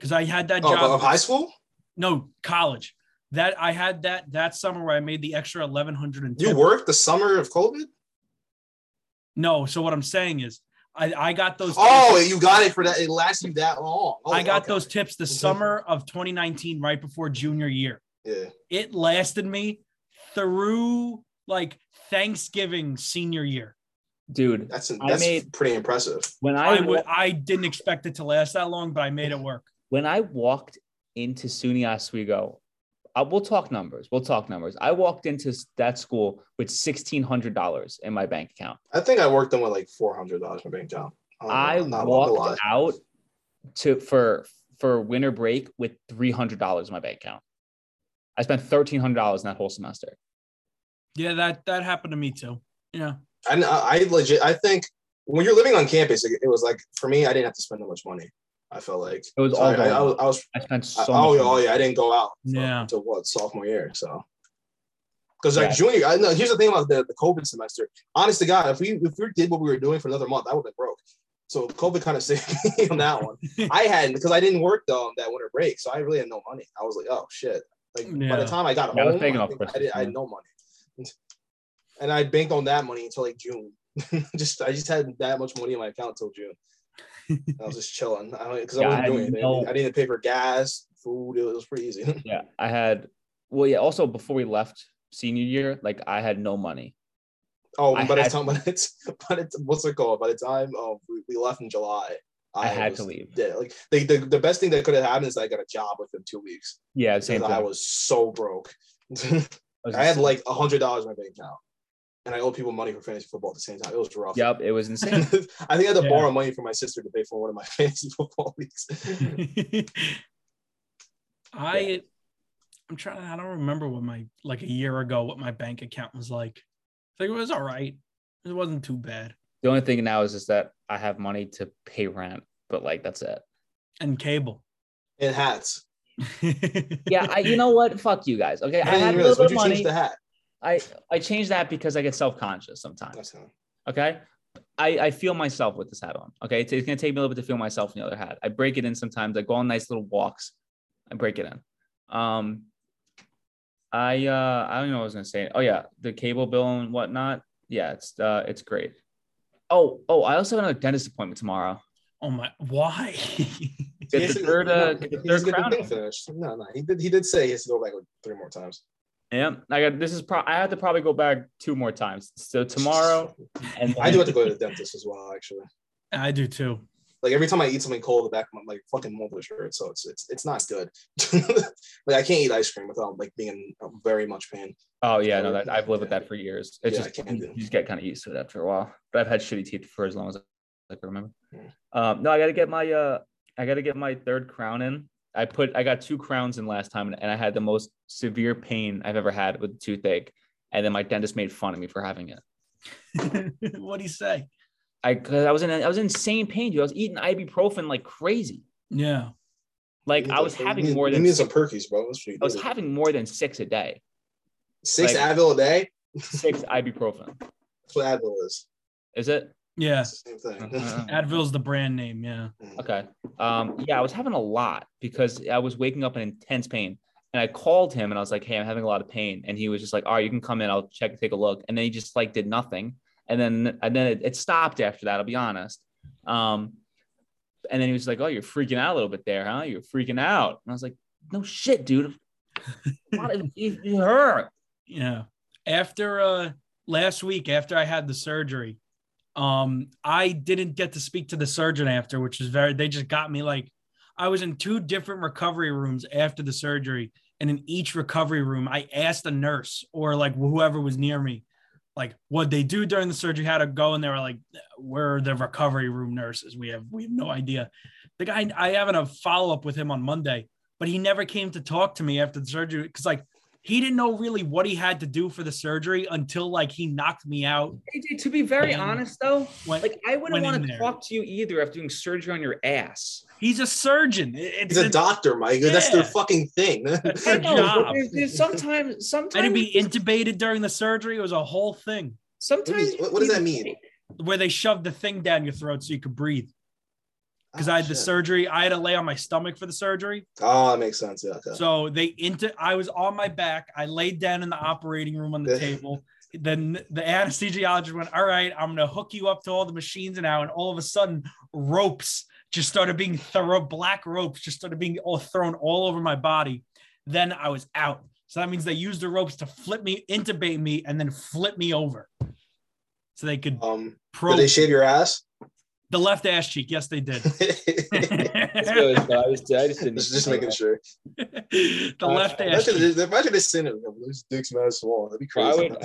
A: Cause I had that
C: Oh,
A: job.
C: but of high school?
A: no college that i had that that summer where i made the extra 1100 and
C: You worked the summer of COVID?
A: no so what i'm saying is i i got those
C: Oh, you got it for that. It lasts you that long. Oh,
A: i got
C: okay.
A: those tips the
C: Okay.
A: summer of 2019 right before junior year
C: Yeah.
A: it lasted me through like thanksgiving senior year
B: dude.
C: That's
B: I
C: that's
B: made-
C: pretty impressive.
B: When
A: i,
B: I,
A: would i didn't expect it to last that long but i made it work
B: when I walked into SUNY Oswego, I, we'll talk numbers. We'll talk numbers. I walked into s- that school with sixteen hundred dollars in my bank account.
C: I think I worked them with like four hundred dollars for bank job. don't know,
B: I
C: I'm Oh, not gonna lie.
B: walked out to for for winter break with three hundred dollars in my bank account. I spent thirteen hundred dollars in that whole semester.
A: yeah that that happened to me too yeah
C: I, kn- I legit. I think when you're living on campus, it, it was like for me, I didn't have to spend that much money. I felt like
B: It was
C: So
B: all.
C: I, I,
B: going
C: I was.
B: on.
C: I was
B: I spent so.
C: I-
B: much
C: oh, yeah,
B: money.
C: oh yeah, I didn't go out. for-
A: Yeah.
C: Until what sophomore year, so. Because
B: Yeah.
C: like junior, I know. Here's the thing about the, the COVID semester. Honest to God, if we if we did what we were doing for another month, I would have been broke. So COVID kind of saved me on that one. I had because I didn't work though on that winter break, so I really had no money. I was like, oh shit. Like by
A: Yeah.
C: the time I got
B: Yeah, I was
C: home,
B: thinking
C: I,
B: about
C: think I,
B: Christmas,
C: did, I had
B: yeah.
C: no money, and I banked on that money until like June. just I just had that much money in my account until June. I was just chilling because I,
B: Yeah,
C: wasn't
B: I
C: doing anything.
B: know.
C: I didn't pay for gas, food. It was pretty easy.
B: Yeah, I had. Well, yeah. Also, before we left senior year, like I had no money.
C: Oh,
B: I
C: by the
B: had-
C: time, but it's, but it's, what's it called? By the time um, we, we left in July,
B: I had to
C: was
B: leave.
C: dead. Like the, the, the best thing that could have happened is I got a job within two weeks.
B: Yeah, same
C: Because
B: thing.
C: I was so broke.
B: was
C: I had
B: insane.
C: like a hundred dollars in my bank account, and I owed people money for fantasy football at the same time. It was rough.
B: Yep, it was
C: I
B: insane.
C: think I had to
A: Yeah.
C: borrow money from my sister to pay for one of my fantasy football leagues.
A: I I'm trying I don't remember what my like a year ago what my bank account was like. I think it was all right. It wasn't too bad.
B: the only thing now is is that I have money to pay rent, but like that's it.
A: And cable.
C: and hats.
B: Yeah, I, you know what? Fuck you guys. Okay, I
C: I didn't
B: had a
C: realize.
B: little
C: Would
B: bit of
C: you
B: money.
C: change the hat?
B: I I changed that because I get self conscious sometimes.
C: That's not-
B: Okay, I I feel myself with this hat on. Okay, it's, it's gonna take me a little bit to feel myself in the other hat. I break it in sometimes. I go on nice little walks. I break it in. Um, I uh I don't know what I was gonna say. Oh yeah, the cable bill and whatnot. Yeah, it's uh it's great. Oh oh, I also have another dentist appointment tomorrow.
A: oh my why?
B: Get
C: Yes,
B: the
C: it-
B: third,
C: no,
B: uh,
C: he
B: get the
C: doesn't
B: third
C: get the
B: crown.
C: thing finished. No, no, he did. He did say he has to go back like three more times.
B: Yeah, I got this is pro. I have to probably go back two more times. So tomorrow and
C: I do have to go to the dentist as well. Actually,
A: I do too.
C: like every time I eat something cold, the back of my like fucking multiple shirt, so it's it's it's not good. like I can't eat ice cream without like being in very much pain.
B: Oh yeah, no, that I've lived with that for years. It's
C: Yeah, I
B: just
C: can
B: you,
C: do.
B: you just get kind of used to it after a while. But I've had shitty teeth for as long as I can remember.
C: Yeah.
B: Um, no, I gotta get my uh, I gotta get my third crown in. I put I got two crowns in last time, and, and I had the most severe pain I've ever had with toothache. And then my dentist made fun of me for having it.
A: What'd he say?
B: I cause I was in I was in insane pain, dude. I was eating ibuprofen like crazy.
A: Yeah.
B: Like I was
C: You
B: having
C: need-
B: more
C: You
B: than
C: need
B: six,
C: some perkies, bro. That's what you
B: I was
C: need.
B: having more than six a day.
C: six
B: like-
C: Advil a day.
B: Six ibuprofen.
C: That's what Advil is.
B: Is it?
A: Yeah. Uh-huh.
C: It's the same thing.
A: Advil's the brand name, yeah.
B: Okay. Um, yeah, I was having a lot because I was waking up in intense pain. And I called him and I was like, Hey, I'm having a lot of pain. And he was just like, All right, you can come in, I'll check, take a look. And then he just like did nothing. And then and then it, it stopped after that, I'll be honest. Um, and then he was like, Oh, you're freaking out a little bit there, huh? You're freaking out. And I was like, No shit, dude. A lot of- it, it hurt.
A: Yeah. After uh last week after I had the surgery, um I didn't get to speak to the surgeon after, which is very they just got me like I was in two different recovery rooms after the surgery and in each recovery room I asked the nurse or like whoever was near me like what they do during the surgery, how to go, and they were like, "We're the recovery room nurses. We have we have no idea." The guy, I having a follow up with him on Monday, but he never came to talk to me after the surgery because like he didn't know really what he had to do for the surgery until like he knocked me out.
D: AJ, to be very
A: When-
D: honest though,
A: When,
D: like I wouldn't
A: went
D: want
A: in
D: to
A: there.
D: talk to you either after doing surgery on your ass.
A: he's a surgeon. It- it's-
C: He's a doctor, Mike. That's their
A: Yeah.
C: fucking thing.
A: That's
D: I
A: their
D: know, but
A: job.
D: there's- there's sometimes, sometimes,
A: I had to be intubated during the surgery. It was a whole thing
D: sometimes.
C: What- what does that mean?
A: where they shoved the thing down your throat so you could breathe. Because I had the
C: Ah, Shit.
A: surgery, I had to lay on my stomach for the surgery.
C: Oh, that makes sense. Yeah. okay.
A: So they into I was on my back. I laid down in the operating room on the table. Then the anesthesiologist went, All right, I'm gonna hook you up to all the machines now. And all of a sudden, ropes just started being thorough black ropes just started being all thrown all over my body. Then I was out. So that means they used the ropes to flip me, intubate me, and then flip me over. So they could
C: Um,
A: probe
C: did they shave your ass?
A: the left ass cheek. Yes, they did.
B: It's
A: the
B: really- I just, I just didn't.
C: Just, just making sure. Uh,
A: left ass cheek.
C: Imagine, imagine this sin of loose dicks mad small. That'd be
B: I
C: crazy.
B: would-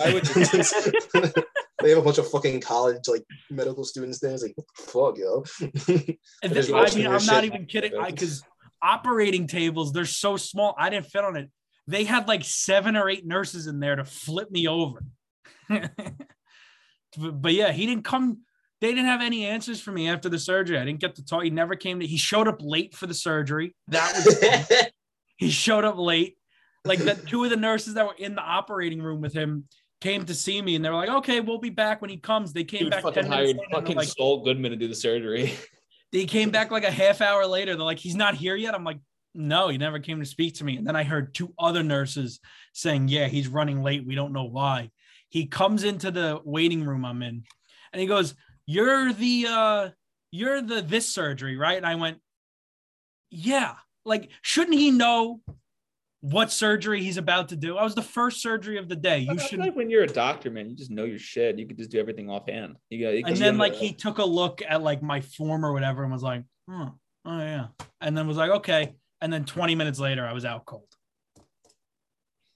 B: I would-
C: they have a bunch of fucking college like medical students there. It's like what the fuck, yo.
A: And
C: There's
A: th- I
C: lots of
A: mean,
C: weird
A: I'm not
C: shit.
A: even kidding. I because operating tables, they're so small. I didn't fit on it. They had like seven or eight nurses in there to flip me over. but, but yeah, he didn't come. They didn't have any answers for me after the surgery. I didn't get to talk. He never came to. He showed up late for the surgery. That was he showed up late. Like the two of the nurses that were in the operating room with him came to see me, and they were like, "Okay, we'll be back when he comes." They came
B: Dude
A: back.
B: fucking
A: 10 minutes
B: hired
A: later, and they're
B: fucking
A: like,
B: Saul Goodman to do the surgery.
A: they came back like a half hour later. They're like, he's not here yet. I'm like, no, he never came to speak to me. And then I heard two other nurses saying, yeah, he's running late. We don't know why. He comes into the waiting room I'm in and he goes, you're the, uh, you're the this surgery, right? And I went, yeah. Like, shouldn't he know what surgery he's about to do? I was the first surgery of the day.
B: I
A: You
B: feel
A: should
B: like when you're a doctor, man, you just know your shit. You could just do everything offhand. You got. you
A: and
B: could-
A: then like he took a look at like my form or whatever and was like, hmm, oh yeah, and then was like, okay, and then 20 minutes later I was out cold.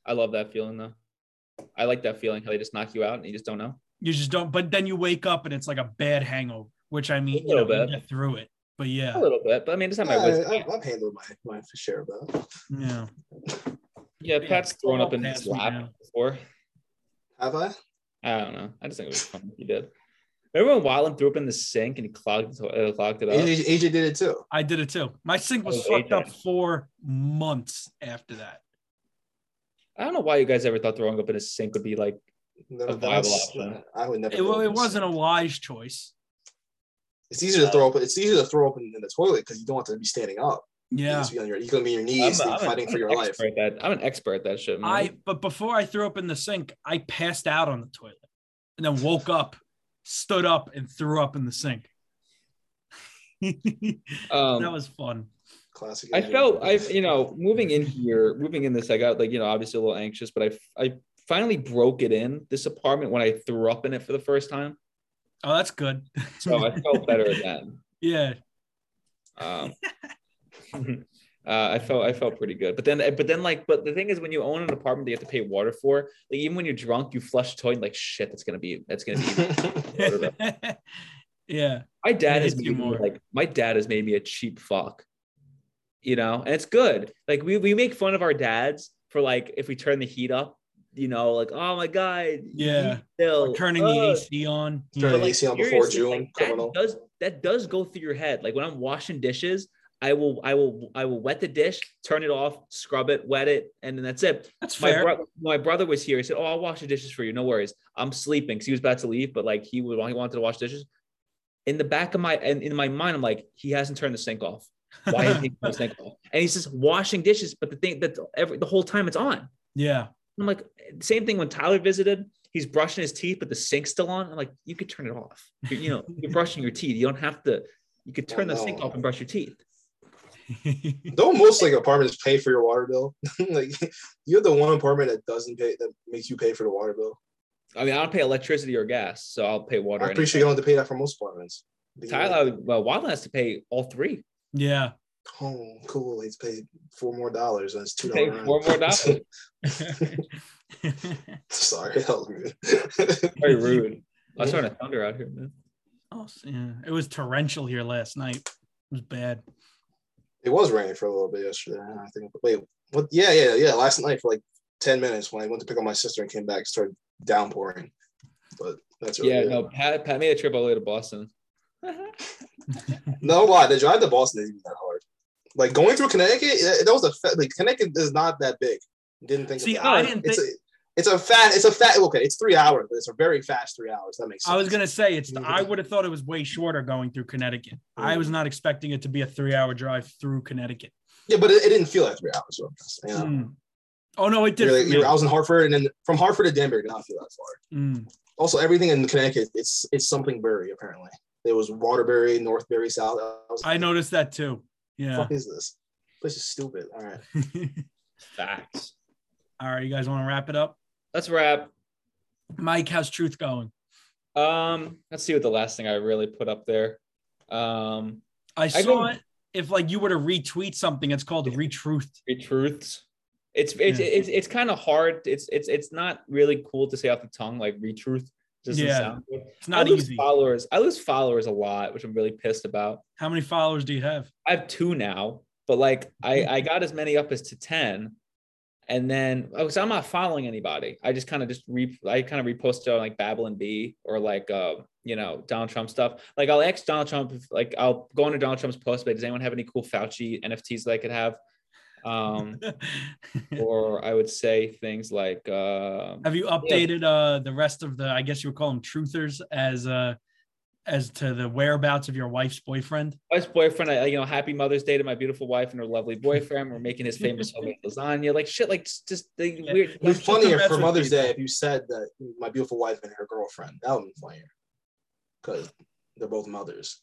B: I love that feeling though. I like that feeling how they just knock you out and you just don't know.
A: You just don't, but then you wake up and it's like a bad hangover, which I mean,
B: A
A: you know,
B: little
A: you
B: bit.
A: get through it. But
B: A
A: yeah,
B: little bit, but I mean, it's not my
C: I,
B: wisdom.
C: I, I've handled my my share of that.
A: yeah.
B: Yeah,
A: Yeah,
B: Pat's thrown up in
A: Pass
B: his
A: me
B: lap
A: now.
B: before.
C: Have I?
B: I don't know. I just think it was funny if he did. Remember when Wyland threw up in the sink and he clogged, uh, clogged it up?
C: AJ, AJ did it too.
A: I did it too. My sink was
B: Oh, wait,
A: fucked up for months after that.
B: I don't know why you guys ever thought throwing up in a sink would be like.
C: Never,
B: A viable
C: that's-
B: option.
C: I would never.
A: It,
C: do
A: wa- it
C: in the
A: wasn't a wise choice.
C: It's easier to throw up. It's easier to throw up in, in the toilet because you don't have to be standing up. You
A: Yeah.
C: just be on your, you're gonna be on your
B: I'm,
C: knees
B: I'm
C: and fighting
B: an,
C: for your
B: I'm an
C: life.
B: expert at that. I'm an expert at that shit, man.
A: I, but before I threw up in the sink, I passed out on the toilet and then woke up, stood up, and threw up in the sink.
B: um,
A: that was fun.
C: Classic.
B: I
C: AJ.
B: felt I you know moving in here moving in this I got like you know obviously a little anxious but I I finally broke it in this apartment when I threw up in it for the first time
A: Oh, that's good.
B: so I felt better then
A: yeah.
B: um, uh, I felt I felt pretty good but then but then like but the thing is when you own an apartment that you have to pay water for like even when you're drunk you flush the toilet like shit that's gonna be that's gonna be water.
A: yeah.
B: my dad has
A: Hits
B: made
A: you
B: me,
A: more.
B: like my dad has made me a cheap fuck you know and it's good like we, we make fun of our dads for like if we turn the heat up you know like oh my god
A: Yeah.
B: still
A: Turning the
B: uh,
A: AC on. you
C: Turn
A: know,
C: the AC on before June,
B: that
C: criminal.
B: does that does go through your head like when i'm washing dishes i will i will i will wet the dish turn it off scrub it wet it and then that's it
A: That's
B: my,
A: fair.
B: bro- my brother was here. He said, "Oh, I'll wash the dishes for you. No worries. I'm sleeping." 'Cause he was about to leave, but like he would, he wanted to wash dishes. In the back of my and in my mind, I'm like, he hasn't turned the sink off. Why hasn't he turned the sink off? And he's just washing dishes, but the thing that every the whole time it's on.
A: yeah.
B: I'm like, same thing when Tyler visited. He's brushing his teeth, but the sink's still on. I'm like, you could turn it off. You're, you know, you're brushing your teeth. You don't have to. You could turn the sink off and brush your teeth.
C: Don't most like apartments pay for your water bill? like you're the one apartment that doesn't pay that makes you pay for the water bill.
B: I mean, I don't pay electricity or gas, so I'll pay water.
C: I'm
B: and-
C: pretty sure you don't have to pay that for most apartments.
B: Tyler, well, Wadland has to pay all three.
A: yeah.
C: Oh, cool. He's paid four more dollars. That's two
B: Pay
C: dollars.
B: four more dollars.
C: Sorry, that was rude.
B: Very rude. I was starting to thunder out here, man.
A: oh, yeah. It was torrential here last night. It was bad.
C: it was raining for a little bit yesterday. I think. Wait, what? Yeah, yeah, yeah. Last night for like ten minutes when I went to pick up my sister and came back, it started downpouring. But that's really
B: Yeah,
C: it.
B: no, Pat, Pat made a trip all the way to Boston.
C: No lie, the drive to Boston isn't even that hard. Like going through Connecticut, that that was a fa- like Connecticut is not that big. Didn't think.
A: See,
C: about
A: I
C: it.
A: didn't
C: It's a, it's a fat. It's a fat. Okay, it's three hours, but it's a very fast three hours. That makes. sense.
A: I was gonna say it's. I would have thought it was way shorter going through Connecticut. I was not expecting it to be a three-hour drive through Connecticut.
C: Yeah, but it, it didn't feel like three hours. is what I'm saying, you know?
A: Mm. Oh no, it did.
C: You're like-
A: feel-
C: you're- I was in Hartford, and then from Hartford to Danbury did not feel that far.
A: Mm.
C: Also, everything in Connecticut, it's it's something berry apparently. There was Waterbury, Northbury, South. I, was,
A: I noticed that too.
C: What
A: Yeah.
C: the fuck is this? This is stupid. All right.
B: Facts.
A: All right, you guys want to wrap it up?
B: Let's wrap.
A: Mike, how's truth going?
B: Um, let's see what the last thing I really put up there. Um,
A: I saw
B: go-
A: it. If like you were to retweet something, it's called retruthed.
B: three truths. It's it's
A: Yeah.
B: it's, it's kind of hard. It's it's it's not really cool to say off the tongue like retruth. Doesn't
A: Yeah,
B: sound good.
A: It's not
B: I lose
A: easy.
B: followers. I lose followers a lot, which I'm really pissed about.
A: How many followers do you have?
B: I have two now, but like I
A: Mm-hmm.
B: I got as many up as to ten, and then oh, so I'm not following anybody. I just kind of just re I kind of reposted on like Babylon B or like uh you know Donald Trump stuff. Like I'll ask Donald Trump if, like I'll go into Donald Trump's post, but does anyone have any cool Fauci NFTs that I could have? Um, or I would say things like um
A: have you updated uh the rest of the? I guess you would call them truthers as uh as to the whereabouts of your wife's boyfriend.
B: wife's boyfriend, I, you know, happy Mother's Day to my beautiful wife and her lovely boyfriend. We're making his famous homemade lasagna, like shit, like just, just the
A: Yeah.
B: weird.
C: It was
A: Just to
C: funnier
A: mess
C: for
A: with
C: Mother's
A: people.
C: Day if you said that my beautiful wife and her girlfriend. That would be funnier because they're both mothers.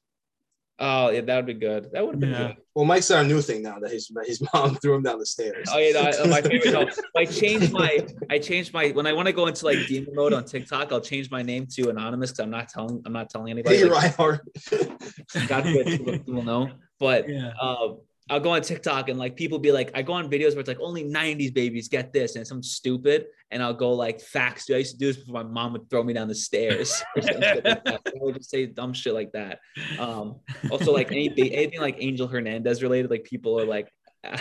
B: Oh, yeah, that would be good. That would have been
A: Yeah.
B: good.
C: Well, Mike's said a new thing now that his that his mom threw him down the stairs.
B: Oh yeah, no, I- my favorite. No, I changed my, I changed my. When I want to go into like demon mode on TikTok, I'll change my name to anonymous because I'm not telling, I'm not telling anybody.
C: Hey,
B: Like,
C: Reinhardt.
B: God forbid people- people know. But
A: Yeah.
B: um, I'll go on TikTok and like people be like, I go on videos where it's like only 90s babies get this and it's something stupid. And I'll go like, facts, dude. I used to do this before my mom would throw me down the stairs. or some shit like that. I would just say dumb shit like that. Um, also, like anything, anything like Angel Hernandez related, like people are like,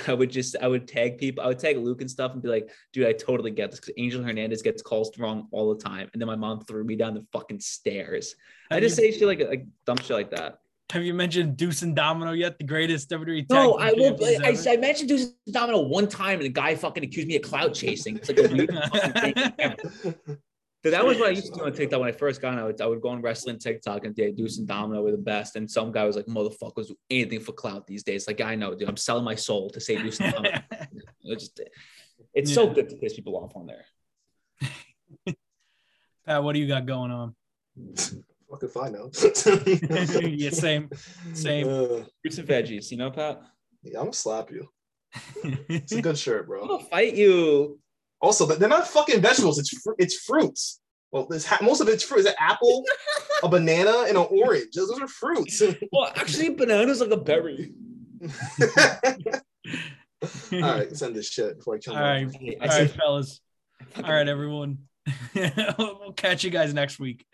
B: I would just, I would tag people, I would tag Luke and stuff and be like, dude, I totally get this because Angel Hernandez gets calls wrong all the time. And then my mom threw me down the fucking stairs. I
A: Have
B: just
A: you-
B: say shit like, like dumb shit like that.
A: Have you mentioned Deuce and Domino yet? The greatest WWE tag
B: No,
A: team
B: I will.
A: champions
B: I,
A: ever?
B: I mentioned Deuce Domino one time, and the guy fucking accused me of clout chasing. It's like the weirdest fucking thing ever. So that was what I used to do on TikTok when I first got on. I would, I would go on wrestling TikTok and say Deuce and Domino were the best. And some guy was like, "Motherfuckers do anything for clout these days." Like I know, dude, I'm selling my soul to save Deuce and Domino. It's, just, it's so
A: Yeah.
B: good to piss people off on there.
A: Pat, what do you got going on?
C: Fuck if I know.
A: yeah, same. same.
C: Uh,
B: Fruits and veggies, you know, Pat.
C: yeah, I'm gonna slap you. It's a good shirt,
B: I'm
C: bro.
B: gonna fight you.
C: Also, they're not fucking vegetables. It's fr- it's fruits. Well, this ha- most of it's fruit. Is an apple, a banana, and an orange. Those, those are fruits.
B: Well, actually, bananas like a berry.
A: All
C: All right, send this shit before I kill
A: All
C: my
A: right.
B: I
A: All
B: said-
A: right, fellas. All right, everyone. we'll catch you guys next week.